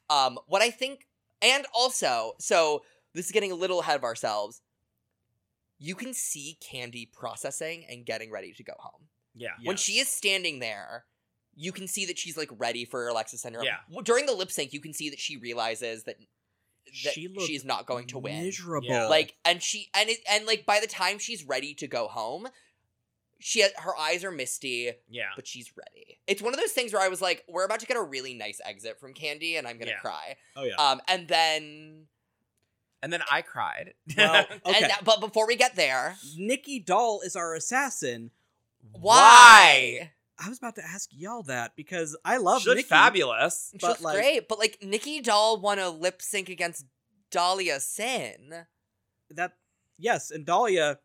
Um, what I think, and also, so this is getting a little ahead of ourselves. You can see Candy processing and getting ready to go home.
Yeah.
When
Yes.
she is standing there, you can see that she's like ready for Alexis and her.
Yeah.
Well, During the lip sync, you can see that she realizes that, that
She looked
she's not going to win.
Miserable.
Yeah.
Like, and she and it, and like by the time she's ready to go home, she her eyes are misty,
Yeah.
but she's ready. It's one of those things where I was like, we're about to get a really nice exit from Candy, and I'm gonna
Yeah.
cry.
oh yeah.
Um, and then,
And then I cried.
well,
and
okay.
that- but before we get there,
Nikki Doll is our assassin.
why?
I was about to ask y'all that because I love
She looked
Nikki.
fabulous.
She
But,
looks
like-
great, but like Nikki Doll won a lip sync against Dahlia Sin.
that yes, and Dahlia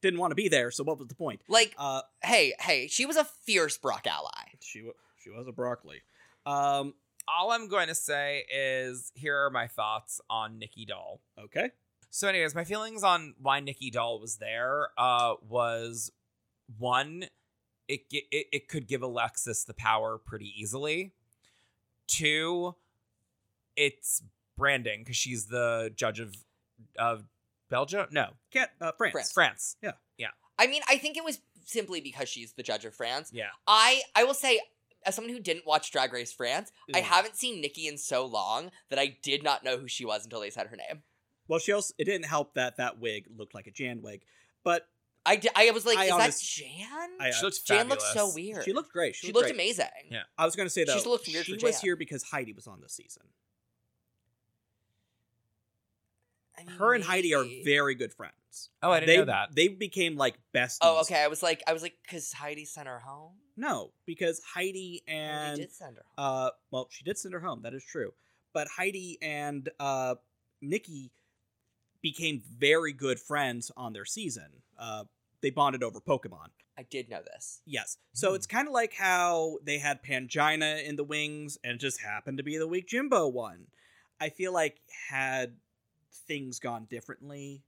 didn't want to be there, so what was the point?
Like,
Uh
hey, hey, she was a fierce Brock ally.
she wa- she was a broccoli. Um
All I'm going to say is here are my thoughts on Nikki Doll.
okay.
So, anyways, my feelings on why Nikki Doll was there uh, was one, it, gi- it it could give Alexis the power pretty easily. Two, it's branding because she's the judge of of Belgium. No,
Cat uh France.
France.
France.
I mean, I think it was simply because she's the judge of France.
Yeah,
I I will say, as someone who didn't watch Drag Race France, I
Ugh.
haven't seen Nikki in so long that I did not know who she was until they said her name.
Well, she also it didn't help that that wig looked like a Jan wig, but
I, di- I was like,
I
is
honest-
that Jan?
I, uh,
she looks
Jan
fabulous.
looks so weird.
she looked great.
She,
She,
looked
great.
amazing.
Yeah.
I was going to say though,
She's looked weird
she
for
was
Jan.
here because Heidi was on this season.
I mean,
Her and Heidi are
maybe.
very good friends.
Oh, I didn't
they,
know that.
They became like besties.
Oh, okay. I was like, I was like, because Heidi sent her home.
No, because
Oh,
Heidi
Heidi
and
did send her home.
Uh, well, she did send her home. That is true. But Heidi and uh, Nikki became very good friends on their season. Uh, they bonded over Pokemon.
I did know this.
Yes. So
Hmm.
it's kind of like how they had Pangina in the wings and it just happened to be the weak Jimbo one. I feel like had things gone differently,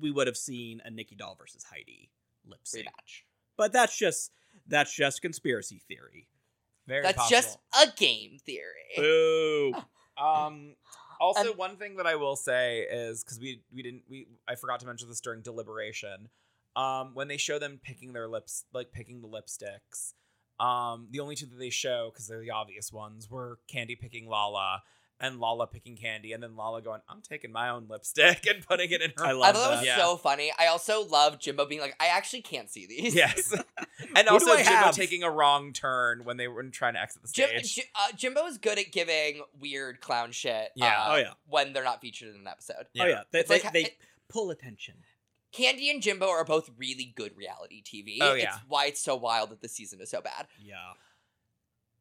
we would have seen a Nikki Doll versus Heidi lip sync.
Rematch.
But that's just that's just conspiracy theory.
Very
That's
possible.
just a game theory.
Boo.
Um, also,
And-
one thing that I will say is because we we didn't we I forgot to mention this during deliberation. Um, when they show them picking their lips, like picking the lipsticks, Um, the only two that they show, because they're the obvious ones, were Candy picking Lala and Lala picking Candy, and then Lala going, I'm taking my own lipstick and putting it in her.
I
I
love
thought that
that.
was
Yeah.
so funny. I also love Jimbo being like, I actually can't see these.
Yes. and
do
also
I
Jimbo
have?
taking a wrong turn when they were trying to exit the
Jim,
stage.
J- uh, Jimbo is good at giving weird clown shit.
Yeah.
uh,
Oh, yeah.
when they're not featured in an episode.
Oh yeah, they
It's
they,
like-
they pull attention.
Candy and Jimbo are both really good reality TV.
Oh,
It's
yeah.
why it's so wild that the season is so bad.
Yeah,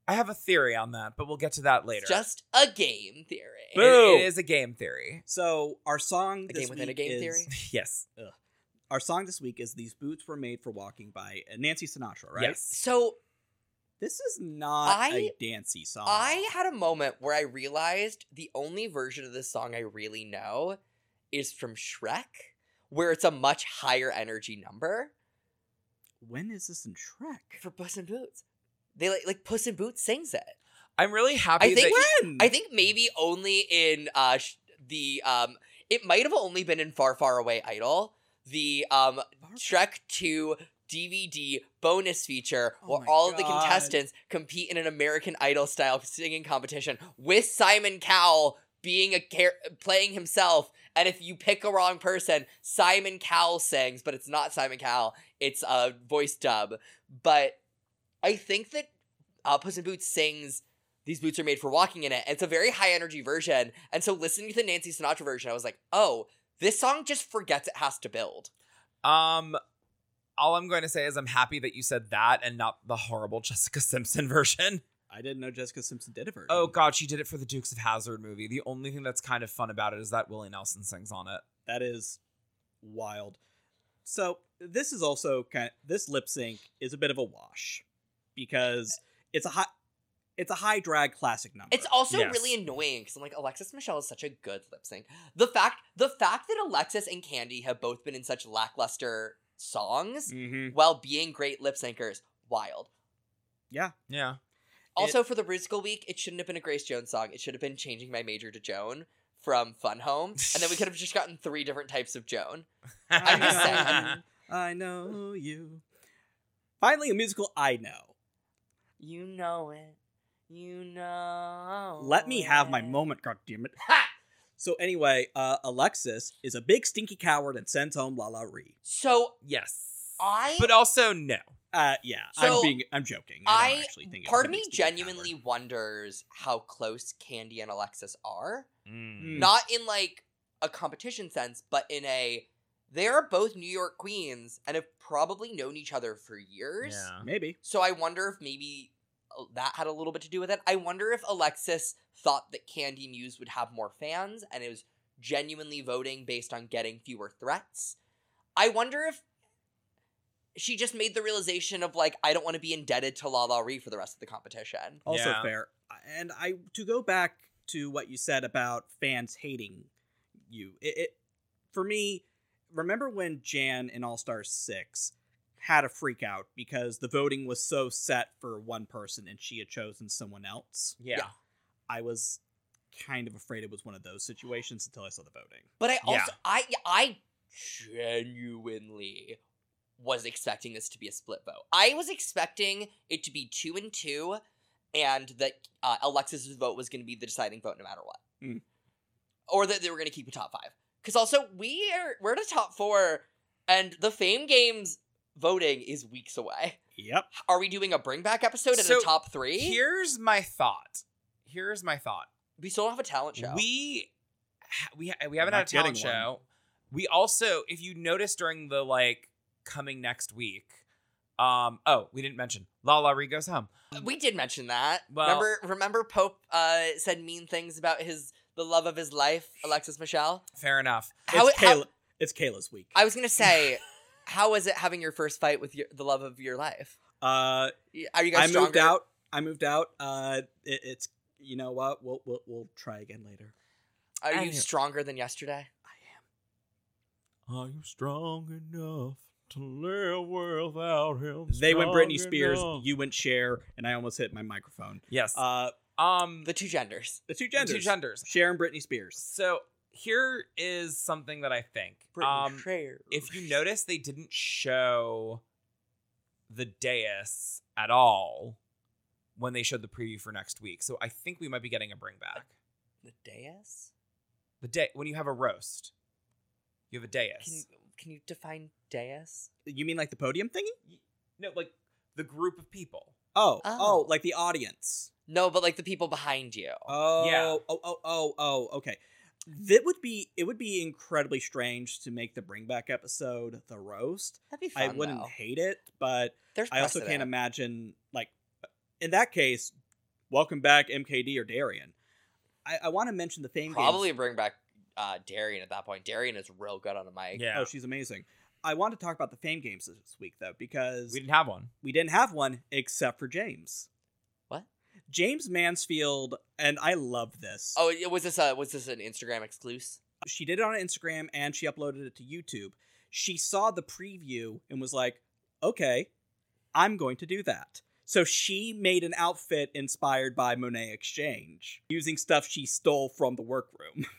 I have a theory on that, but we'll get to that later.
It's just a game theory.
It-
Boo.
it is a game theory.
So our song
A
this
game within a
week
game
is-
theory.
yes.
Our song this week is "These Boots Were Made for Walking" by uh, Nancy Sinatra. Right.
Yes.
So
This is not a dancey song.
I had a moment where I realized the only version of this song I really know is from Shrek, where it's a much higher energy number
when is this in Shrek?
for Puss in Boots. They like like Puss in Boots sings it.
I'm really happy
I think
that
When?
I think maybe only in uh sh- the um it might have only been in Far Far Away Idol, the um Shrek 2 DVD bonus feature
Oh
where
my
all of the
God.
contestants compete in an American Idol style singing competition with Simon Cowell being a char- playing himself and if you pick a wrong person Simon Cowell sings but it's not Simon Cowell it's a voice dub but I think that uh, Puss in Boots sings these boots are made for walking in it. And it's a very high energy version. And so listening to the Nancy Sinatra version, I was like, oh, this song just forgets it has to build.
um all I'm going to say is I'm happy that you said that and not the horrible Jessica Simpson version.
I didn't know Jessica Simpson did a version.
Oh god, she did it for the Dukes of Hazard movie. The only thing that's kind of fun about it is that Willie Nelson sings on it.
that is wild. So this is also kind. Of, this lip sync is a bit of a wash because it's a high, it's a high drag classic number.
It's also
Yes.
really annoying because I'm like, Alexis Michelle is such a good lip sync. The fact the fact that Alexis and Candy have both been in such lackluster songs
Mhm.
Mm.
while being great lip syncers, wild.
Yeah.
Also for the Musical Week, it shouldn't have been a Grace Jones song. It should have been changing my major to Joan from Fun Home. and then we could have just gotten three different types of Joan. I'm just saying.
I know you. Finally, a musical I know.
You know it. You know.
Let me have my
it.
moment, goddammit.
Ha!
So anyway, uh, Alexis is a big stinky coward and sends home La La Ree.
So
yes.
I,
But also no.
Uh, yeah,
So,
I'm being, I'm joking. I, don't
I,
actually think it's
part
a
of
big
me
stinky
genuinely
coward.
wonders how close Candy and Alexis are.
Hmm.
Mm.
Not in like a competition sense, but in a they are both New York queens and have probably known each other for years.
Yeah.
maybe.
So I wonder if maybe uh, that had a little bit to do with it. I wonder if Alexis thought that Candy Muse would have more fans and is genuinely voting based on getting fewer threats. I wonder if she just made the realization of like I don't want to be indebted to La La Ree for the rest of the competition.
Also
Yeah.
fair. And I to go back to what you said about fans hating you. It, it for me, remember when Jan in All Star 6 had a freak out because the voting was so set for one person and she had chosen someone else?
Yeah.
Yeah.
I was kind of afraid it was one of those situations until I saw the voting.
But I also
Yeah.
I I genuinely was expecting this to be a split vote. I was expecting it to be two and two, and that uh, Alexis's vote was going to be the deciding vote no matter what,
Mm.
or that they were going to keep a top five. Because also we are we're at a top four, and the Fame Games voting is weeks away.
Yep.
Are we doing a bring back episode at
So,
a top three?
Here's my thought. Here's my thought.
we still don't have a talent show.
We ha- we ha- we haven't
We're
had a
not
talent
getting one.
show. We also, if you notice during the like coming next week, um oh, we didn't mention La La Ree goes home.
We did mention that.
Well-
remember, remember Pope uh, said mean things about his the love of his life, Alexis Michelle.
Fair enough.
How,
it's
how-
Kayla it's Kayla's week.
I was gonna say, how was it having your first fight with your, the love of your life?
uh
Are you guys
I
stronger?
moved out. I moved out. Uh it, it's you know what? We'll we'll, we'll try again later.
Are
I
you
knew-
stronger than yesterday?
I am
Are you strong enough to live without him?
They went Britney Spears, you went Cher, and I almost hit my microphone.
Yes.
Uh,
um,
The two genders.
the two genders.
two genders.
Cher and Britney Spears.
So here is something that I think.
Britney
Um,
Spears.
if you notice, they didn't show the dais at all when they showed the preview for next week. So I think we might be getting a bring back.
The dais?
The day when you have a roast, you have a dais.
Can can you define dais?
You mean like the podium thingy?
no, like the group of people.
Oh,
Oh.
oh, like the audience.
No, but like the people behind you.
Oh,
Yeah.
oh, oh, oh, oh, okay. That would be it would be incredibly strange to make the bring back episode the roast.
That'd be
I
fun.
wouldn't
though.
hate it, but
There's
I also can't
precedent.
imagine like in that case, welcome back MKD or Darian. I, I want to mention the fame games-
probably bring back uh, Darian at that point. Darian is real good on a mic.
Oh, she's amazing. I want to talk about the fame games this week though because
we didn't have one.
we didn't have one except for James.
What?
James Mansfield, and I love this.
Oh, yeah, was this a was this an Instagram exclusive?
She did it on Instagram and she uploaded it to YouTube. She saw the preview and was like, okay, I'm going to do that. So she made an outfit inspired by Monet Exchange using stuff she stole from the workroom.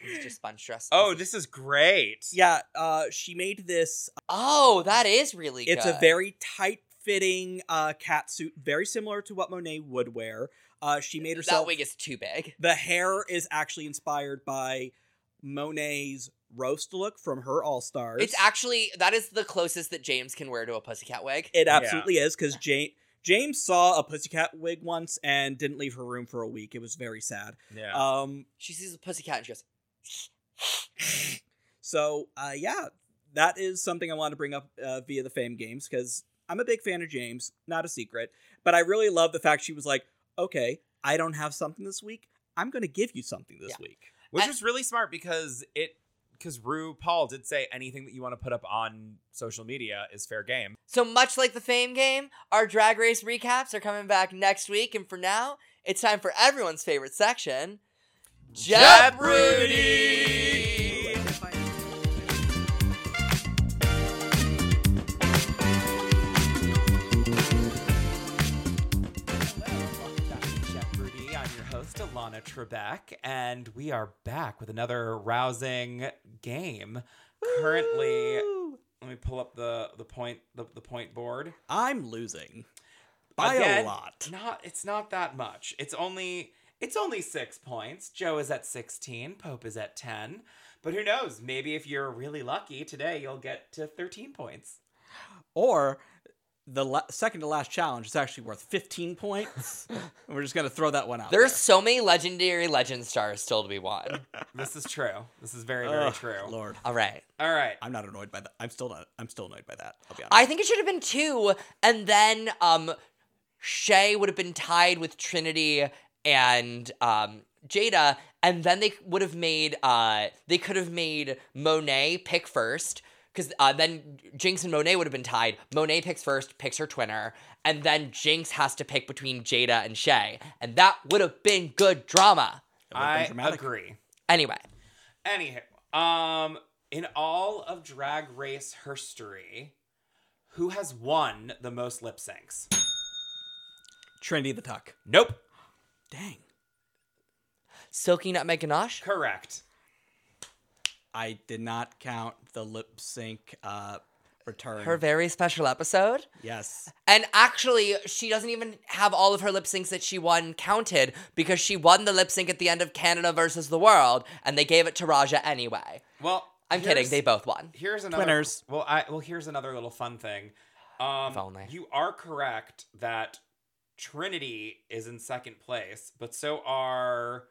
It's just fun stress.
Oh, this is great.
yeah, uh, she made this.
Oh, that is really
It's
good.
a very tight fitting uh, cat suit, very similar to what Monet would wear. Uh, she made herself.
that wig is too big.
The hair is actually inspired by Monet's roast look from her All Stars.
It's actually that is the closest that James can wear to a pussycat wig.
It
Yeah.
absolutely is because James saw a pussycat wig once and didn't leave her room for a week. It was very sad.
Yeah.
Um,
She sees a pussycat and she goes,
so uh, yeah, that is something I wanted to bring up uh, via the Fame Games because I'm a big fan of James. Not a secret, but I really love the fact she was like, "Okay, I don't have something this week. I'm going to give you something this
Yeah.
week."
Which
I-
is really smart because it because RuPaul did say anything that you want to put up on social media is fair game.
So much like the fame game, our drag race recaps are coming back next week, and for now, it's time for everyone's favorite section. Jeopardy!
Jeopardy! I'm your host Alana Trebek, and we are back with another rousing game. Currently,
Woo!
let me pull up the the point the, the point board.
I'm losing by
Again,
a lot.
Not it's not that much. It's only it's only six points. Joe is at sixteen. Pope is at ten. But who knows? Maybe if you're really lucky today, you'll get to thirteen points.
Or the la- second to last challenge is actually worth 15 points. and we're just going to throw that one out.
There's so many legendary legend stars still to be won.
This is true. This is very
there.
very
Ugh,
true.
Lord,
All right.
All right.
I'm not annoyed by that. I'm still not. I'm still annoyed by that. I'll be honest.
I think it should have been two, and then um, Shay would have been tied with Trinity and um, Jada, and then they would have made uh, they could have made Monet pick first. Because uh, then Jinx and Monet would have been tied. Monet picks first, picks her twinner, and then Jinx has to pick between Jada and Shay. And that would have been good drama.
It would've been
I
dramatic.
agree.
Anyway,
Anywho, um, in all of drag race history, who has won the most lip syncs?
Trinity the Tuck.
Nope.
Dang.
Silky Nutmeg Ganache?
Correct.
I did not count the lip sync uh, return.
Her very special episode.
yes.
And actually, she doesn't even have all of her lip syncs that she won counted because she won the lip sync at the end of Canada versus the World, and they gave it to Raja anyway.
Well,
I'm kidding,
here's-
they both won.
Here's another.
Twinners.
Well, I well here's another little fun thing. Um,
only.
You are correct that Trinity is in second place, but so are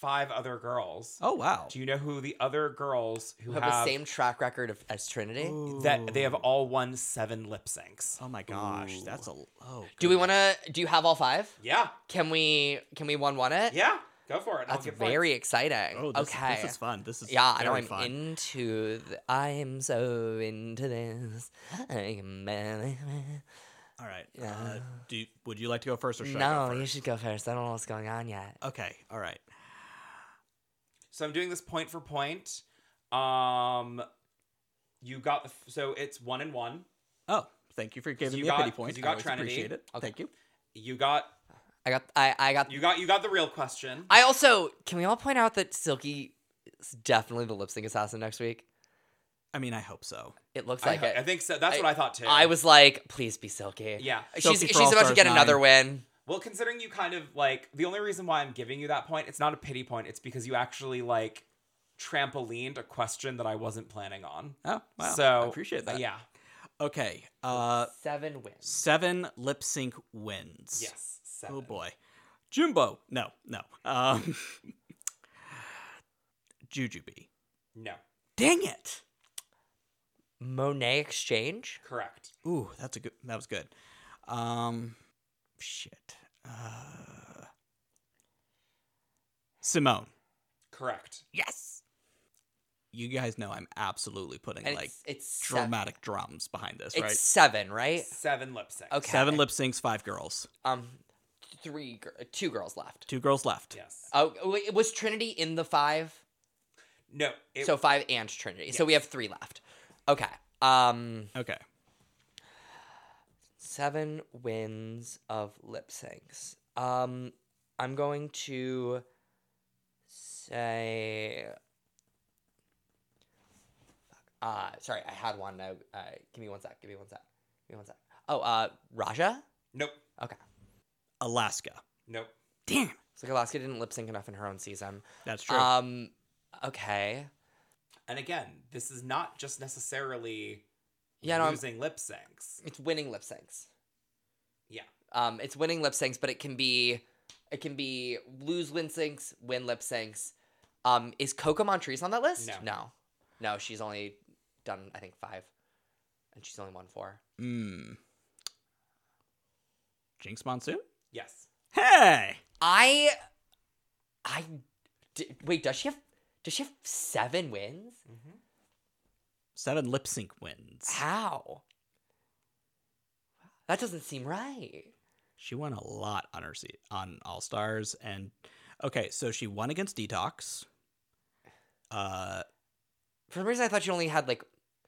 five other girls.
Oh, wow.
Do you know who the other girls who
Who
have,
have the same track record of, as Trinity?
that they have all won seven lip syncs?
Oh, my gosh.
Ooh.
That's a. Oh.
Do we
goodness.
want to? Do you have all five?
Yeah,
Can we? Can we one one it?
yeah. Go for it. I'll
that's
give points.
very exciting.
Oh, this,
okay.
This is fun. This is.
yeah, I know.
very
I'm
fun.
into. th- I am so into this. I am eh, man.
All right. Uh,
Yeah.
do you, would you like to go first or should I go
No,
first?
you should go first. I don't know what's going on yet.
Okay. All right.
So I'm doing this point for point. Um, you got the f- so it's one and one.
Oh, thank you for giving
you
me a pity
got-
point.
you got
I always
Trinity.
appreciate it.
Okay.
Thank you.
You got
I got. I. I got.
you got you got the real question.
I also can we all point out that Silky is definitely the lip sync assassin next week.
I mean, I hope so.
It looks
I,
like it.
I think so. That's what I thought too.
I was like, please be silky.
Yeah.
She's,
Silky for
she's
All
about to
Stars
get another
nine.
win.
Well, considering you kind of like the only reason why I'm giving you that point, it's not a pity point. It's because you actually like trampolined a question that I wasn't planning on.
Oh, wow.
so
I appreciate that.
Yeah.
Okay. Uh,
Seven wins.
seven lip sync wins.
Yes.
Oh
seven.
boy. Jumbo. No, no. Um, Jujubee.
No.
Dang it.
Monet Exchange.
Correct.
Ooh, that's a good. That was good. Um, shit. Uh, Simone.
Correct.
Yes. You guys know I'm absolutely putting
And
like
it's, it's
dramatic drums behind this,
Seven.
right?
It's seven, right?
Seven lip syncs.
Eh. Okay.
Seven lip syncs, five girls,
Um, three, gir- two girls left.
two girls left.
Yes.
Oh, wait, was Trinity in the five?
No. It,
so five and Trinity. So we have three left. Okay. Um,
Okay.
seven wins of lip syncs. Um, I'm going to say. Uh, sorry, I had one. Now, uh, give me one sec. Give me one sec. Give me one sec. Oh, uh, Raja.
nope.
Okay.
Alaska.
Nope.
Damn.
It's like Alaska didn't lip sync enough in her own season.
That's true.
Um, okay.
And again, this is not just necessarily
Yeah, no, I'm-
losing lip syncs.
It's winning lip syncs.
Yeah.
Um, it's winning lip syncs, but it can be, it can be lose lip syncs, win lip syncs. Um, is Coco Montrese on that list?
No.
no, No, She's only done I think five, and she's only won four.
Mm. Jinx Monsoon?
Yes.
Hey!
I, I, d- wait. Does she have? Does she have seven wins?
Mm-hmm.
Seven lip sync wins.
How? That doesn't seem right.
She won a lot on her se- on All Stars and okay, so she won against Detox. Uh,
For some reason, I thought she only had like,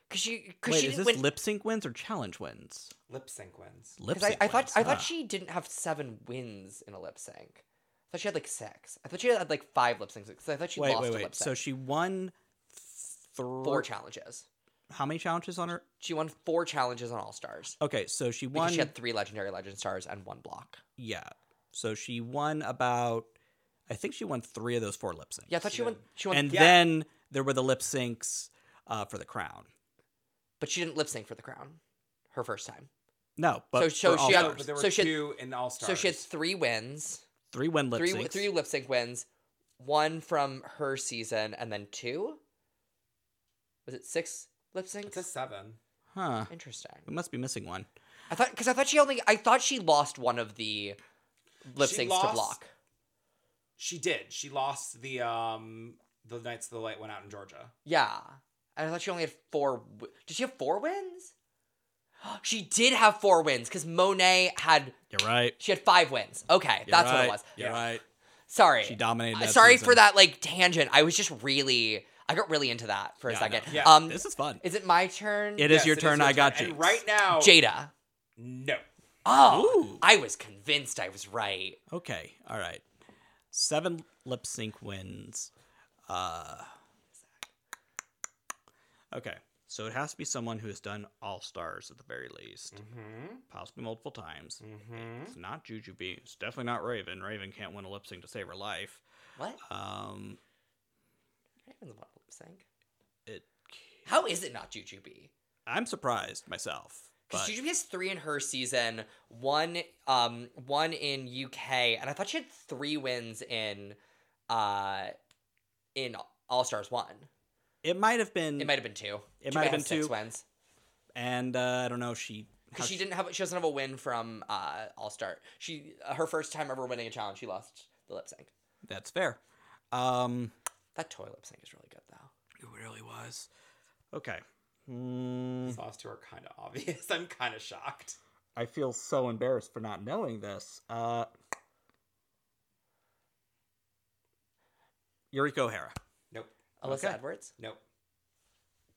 cause she, cause
wait,
she
is
didn't
this
win.
lip sync wins or challenge wins?
Lip sync wins.
Lip
Because
sync.
I, I thought
wins,
I thought
huh.
she didn't have seven wins in a lip sync. I thought she had like six. I thought she had like five lip syncs. 'cause I thought she
Wait,
lost
wait,
a lip
wait.
sync.
So she won three.
four challenges.
How many challenges on her?
She won four challenges on All Stars
Okay, so she
because
won.
she had three legendary legend stars and one block.
yeah, so she won about. I think she won three of those four lip syncs.
Yeah, I thought she won. She won,
and
yeah.
then there were the lip syncs uh, for the crown.
but she didn't lip sync for the crown, her first time.
No, but
so
for All
she had-
No,
Stars.
but there were
So she had-
two in All Stars.
So she had three wins,
three win lip
three
syncs.
three lip sync wins, one from her season, and then two. Was it six lip
It's a
syncs?
seven.
Huh?
Interesting.
We must be missing one.
I thought because I thought she only I thought she lost one of the lip
She
syncs to
lost-
block.
She did. She lost the um the Knights of the Light went out in Georgia.
Yeah, and I thought she only had four. W- did she have four wins? she did have four wins because Monet had
You're right.
she had five wins. Okay,
You're
that's what
right.
it was.
You're
Yeah.
right.
Sorry,
She dominated.
Uh,
That
sorry
season.
for that like tangent. I was just really I got really into that for a
Yeah, I
second.
know.
Yeah,
um,
This is fun.
is it my turn?
It is
Yes,
your turn. I got Hmm.
turn.
you.
And right now,
Jada.
no.
Oh,
Ooh.
I was convinced I was right.
Okay. All right. Seven lip sync wins. Uh, okay. So it has to be someone who has done All Stars at the very least,
Mm-hmm.
possibly multiple times.
Mm-hmm.
It's not Jujubee. It's definitely not Raven. Raven can't win a lip sync to save her life.
What?
Um,
Raven's won a lip sync.
it.
How is it not Jujubee?
I'm surprised myself.
Because
But
Jujubee has three in her season, one um one in UK, and I thought she had three wins in uh in All Stars one.
it might have been.
It might have been two.
It
She
might have
had
been
six
two.
wins.
and uh, I don't know. She. how
Because she didn't have she doesn't have a win from uh All Star. She her first time ever winning a challenge, she lost the lip sync.
That's fair. Um,
That toy lip sync is really good though.
it really was. Okay. Hmm.
These last two are kind of obvious. I'm kind of shocked.
I feel so embarrassed for not knowing this. Uh, Eureka O'Hara.
Nope.
Alyssa
Okay.
Edwards.
Nope.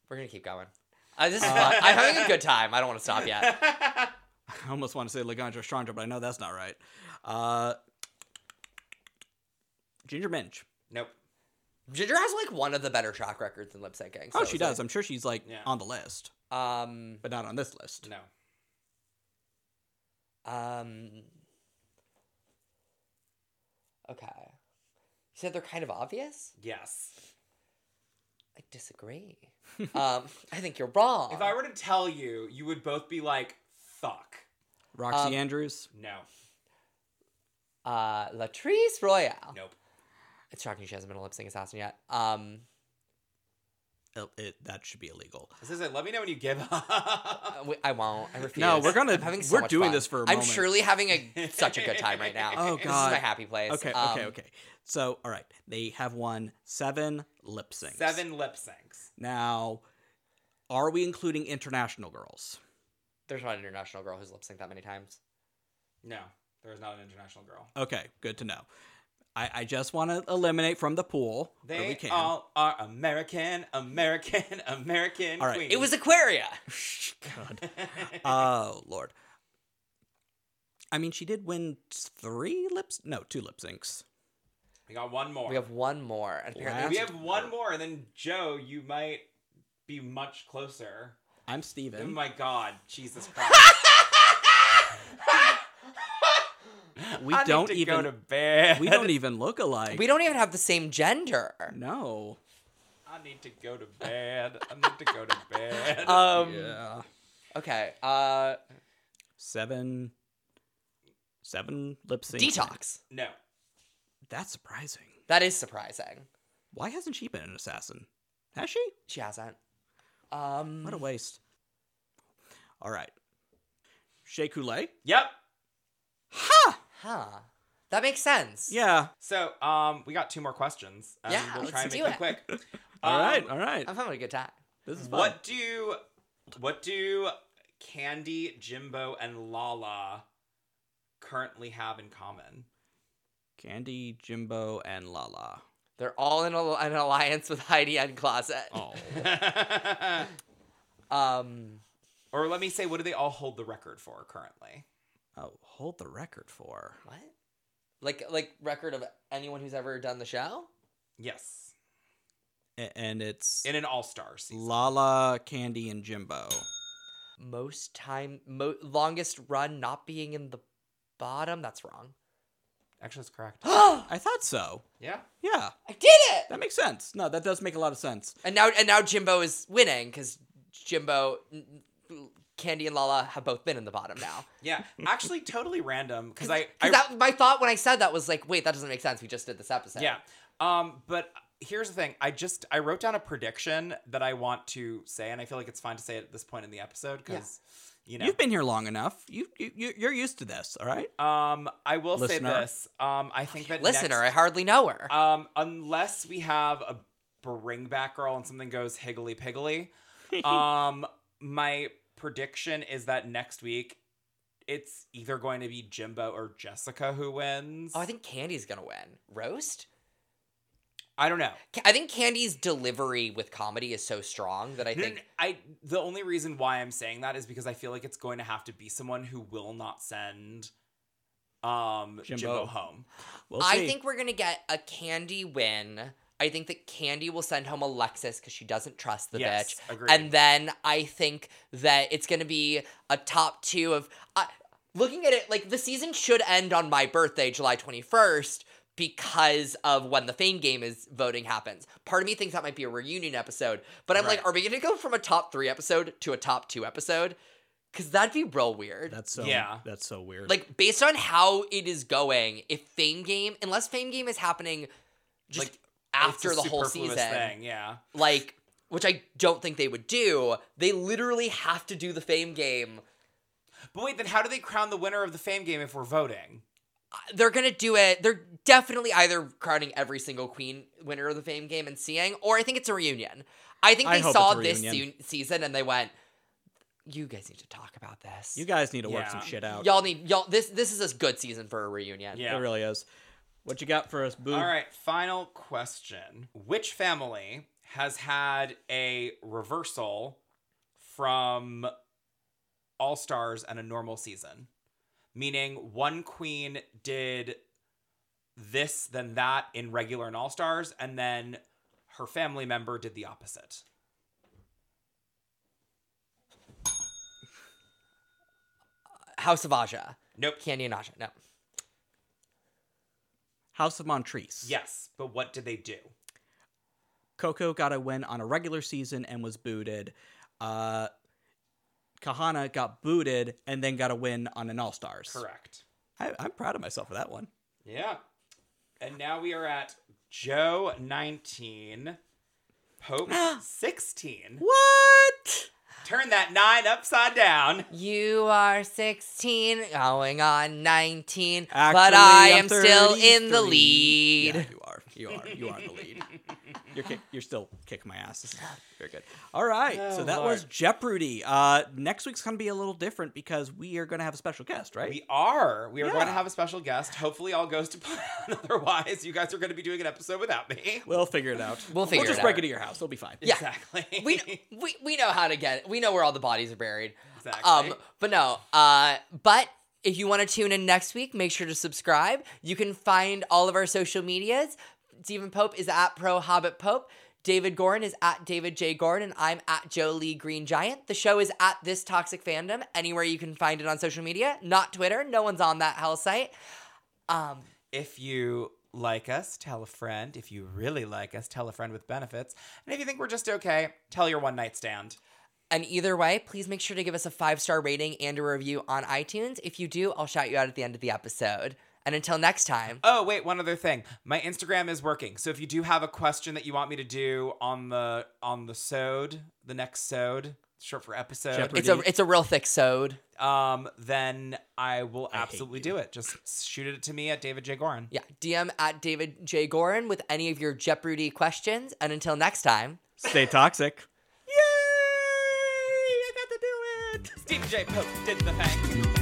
We're gonna keep going. Uh, this is fun. I'm having a good time. I don't want to stop yet.
Uh. I almost want to say Laganja Strandra, but I know that's not right. Uh, Ginger Minch.
nope.
Ginger has like one of the better track records in lip syncing. so
Oh,
it's
she
like-
does. I'm sure she's like
Yeah.
on the list,
Um,
but not on this list.
No.
um, okay. You said they're kind of obvious.
Yes.
I disagree. um, I think you're wrong.
Uh.
If I were to tell you, you would both be like, fuck.
Roxy
Um,
Andrews.
No.
uh, Latrice
Uh.
Royale.
Nope.
It's shocking she hasn't been a lip sync assassin yet. Um,
It- oh, it- that should be illegal.
This is it. Let me know when you give up.
uh, we- I won't. I refuse.
No, we're gonna-
I'm having so
we're
much
doing
fun.
this for a
I'm
moment.
surely having a such a good time right now.
Oh,
This is
God.
my happy place.
Okay,
Um,
okay, okay. So, all right, they have won seven lip syncs.
Seven lip syncs.
Now, are we including international girls?
There's not an international girl who's lip synced that many times.
No, there is not an international girl.
Okay, good to know. I, I just want to eliminate from the pool where we
They
can.
all are American, American, American
All right,
queens.
It was Aquaria.
God. oh Lord. I mean, she did win three lips. No, two lip syncs.
we got one more.
We have one more. And apparently
Wow.
We
that's-
have one more, and then Joe, you might be much closer.
I'm
Oh
Steven.
my God, Jesus Christ!
We
I need
don't
to go
even-
to bed.
we don't even look alike.
we don't even have the same gender.
No.
I need to go to bed. I need to go to bed.
Uh,
Um.
yeah.
Okay. Uh.
Seven. Seven lip syncs.
Detox.
no,
That's surprising.
That is surprising.
Why hasn't she been an assassin? Has she?
She hasn't. Um.
Mm.
What a waste. All right. Shea Coulee?
yep.
Huh. That makes sense.
Yeah.
So, um, we got two more questions. Um,
Yeah,
we'll
let's
try and make
do
them
it.
quick. Um,
All right. All right.
I'm having a good time.
This is fun.
What do what do Candy, Jimbo, and Lala currently have in common?
Candy, Jimbo, and Lala.
They're all in a, an alliance with Heidi and Closet.
Oh.
Um.
or let me say, what do they all hold the record for currently?
oh, hold the record for.
What? Like like record of anyone who's ever done the show?
Yes,
A- And it's
in an All Star season.
Lala, Candy, and Jimbo.
Most time, mo- longest run not being in the bottom. That's wrong.
Actually, that's correct.
I
I thought so.
yeah.
Yeah.
did it.
That makes sense. No, that does make a lot of sense.
And now and now Jimbo is winning because Jimbo, n- n- Candy and Lala have both been in the bottom now.
Yeah, actually, totally random because I, I
Because that my thought when I said that was like, wait, that doesn't make sense. We just did this episode.
yeah. Um, but here's the thing: I just I wrote down a prediction that I want to say, and I feel like it's fine to say it at this point in the episode because you know
You've been here long enough. You, you you- you're used to this, all right?
Um, I will
Listener.
say this. Um, I think that
Listener, I
next-
hardly know her.
um, unless we have a bring back girl and something goes higgly piggly, um, my prediction is that next week it's either going to be Jimbo or Jessica who wins.
oh, I think Candy's gonna win. Roast?
I don't know.
Ca- I think Candy's delivery with comedy is so strong that I
No, no,
think
no, I the only reason why I'm saying that is because I feel like it's going to have to be someone who will not send um
Jimbo.
Jimbo, home.
We'll
I
see.
think we're gonna get a Candy win. I think that Candy will send home Alexis because she doesn't trust the
yes,
bitch.
agreed.
And then I think that it's gonna be a top two of. I looking at it, like the season should end on my birthday, July twenty first, because of when the Fame Game is voting happens. Part of me thinks that might be a reunion episode, but I'm like,
Right.
are we gonna go from a top three episode to a top two episode? Because that'd be real weird.
that's so
Yeah.
That's so weird.
Like based on how it is going, if Fame Game, unless Fame Game is happening just
Like,
after
It's a
the whole
superfluous
season,
thing, yeah.
like which I don't think they would do, they literally have to do the Fame Game.
But wait, then how do they crown the winner of the Fame game if we're voting?
Uh, They're gonna do it. They're definitely either crowning every single queen winner of the Fame Game and seeing, or I think it's a reunion. I think
I
they
hope
saw
it's a
this
reunion.
se- season and they went, "You guys need to talk about this.
you guys need to work
Yeah.
some shit out.
all need y'all. This this is a good season for a reunion.
Yeah.
It really is. What you got for us, Boo?
All right, final question. Which family has had a reversal from All Stars and a normal season? Meaning one queen did this, then that in regular and All Stars, and then her family member did the opposite.
House of Aja.
Nope.
Candy and Aja. No.
House of Montrese.
Yes, but what did they do?
Coco got a win on a regular season and was booted. Uh, Kahana got booted and then got a win on an All Stars.
Correct.
I, I'm proud of myself for that one.
Yeah. And now we are at Joe 19, Pope 16.
What?
Turn that nine upside down.
You are 16, going on 19, but
Actually,
I
I'm
am still in the
33.
lead.
Yeah, you are. You are. You are in the lead. You're kick, you're still kicking my ass. This is very good. All right. so
Oh,
that was
Lord.
Jeopardy. Uh, next week's gonna be a little different because we are gonna have a special guest, right?
We are. We are going to
Yeah.
have a special guest. Hopefully, all goes to plan. Otherwise, you guys are going to be doing an episode without me.
will figure it out.
We'll figure
We'll just
it
break
out.
into your house. It'll be fine.
Yeah.
Exactly.
we, kn- we we know how to get it. We know where all the bodies are buried.
exactly.
Um, but no. Uh, but if you want to tune in next week, make sure to subscribe. You can find all of our social medias. Stephen Pope is at Pro Hobbit Pope. David Gorin is at David J. Gorin, and I'm at Joe Lee Green Giant. The show is at This Toxic Fandom. Anywhere you can find it on social media, not Twitter. No one's on that hell site. Um,
If you like us, tell a friend. If you really like us, tell a friend with benefits. And if you think we're just okay, tell your one night stand.
And either way, please make sure to give us a five star rating and a review on iTunes. If you do, I'll shout you out at the end of the episode. And until next time,
Oh, wait, one other thing. My Instagram is working. So if you do have a question that you want me to do on the on the sode, the next sode, short for episode,
Jeopardy.
it's a it's a real thick sode.
um, then I will
hate
absolutely do it. Just shoot it to me at David J. Gorin.
Yeah, DM at David J Gorin with any of your Jeopardy questions. And until next time.
Stay toxic.
Yay! I got to do it! Steve J. Pope did the thing.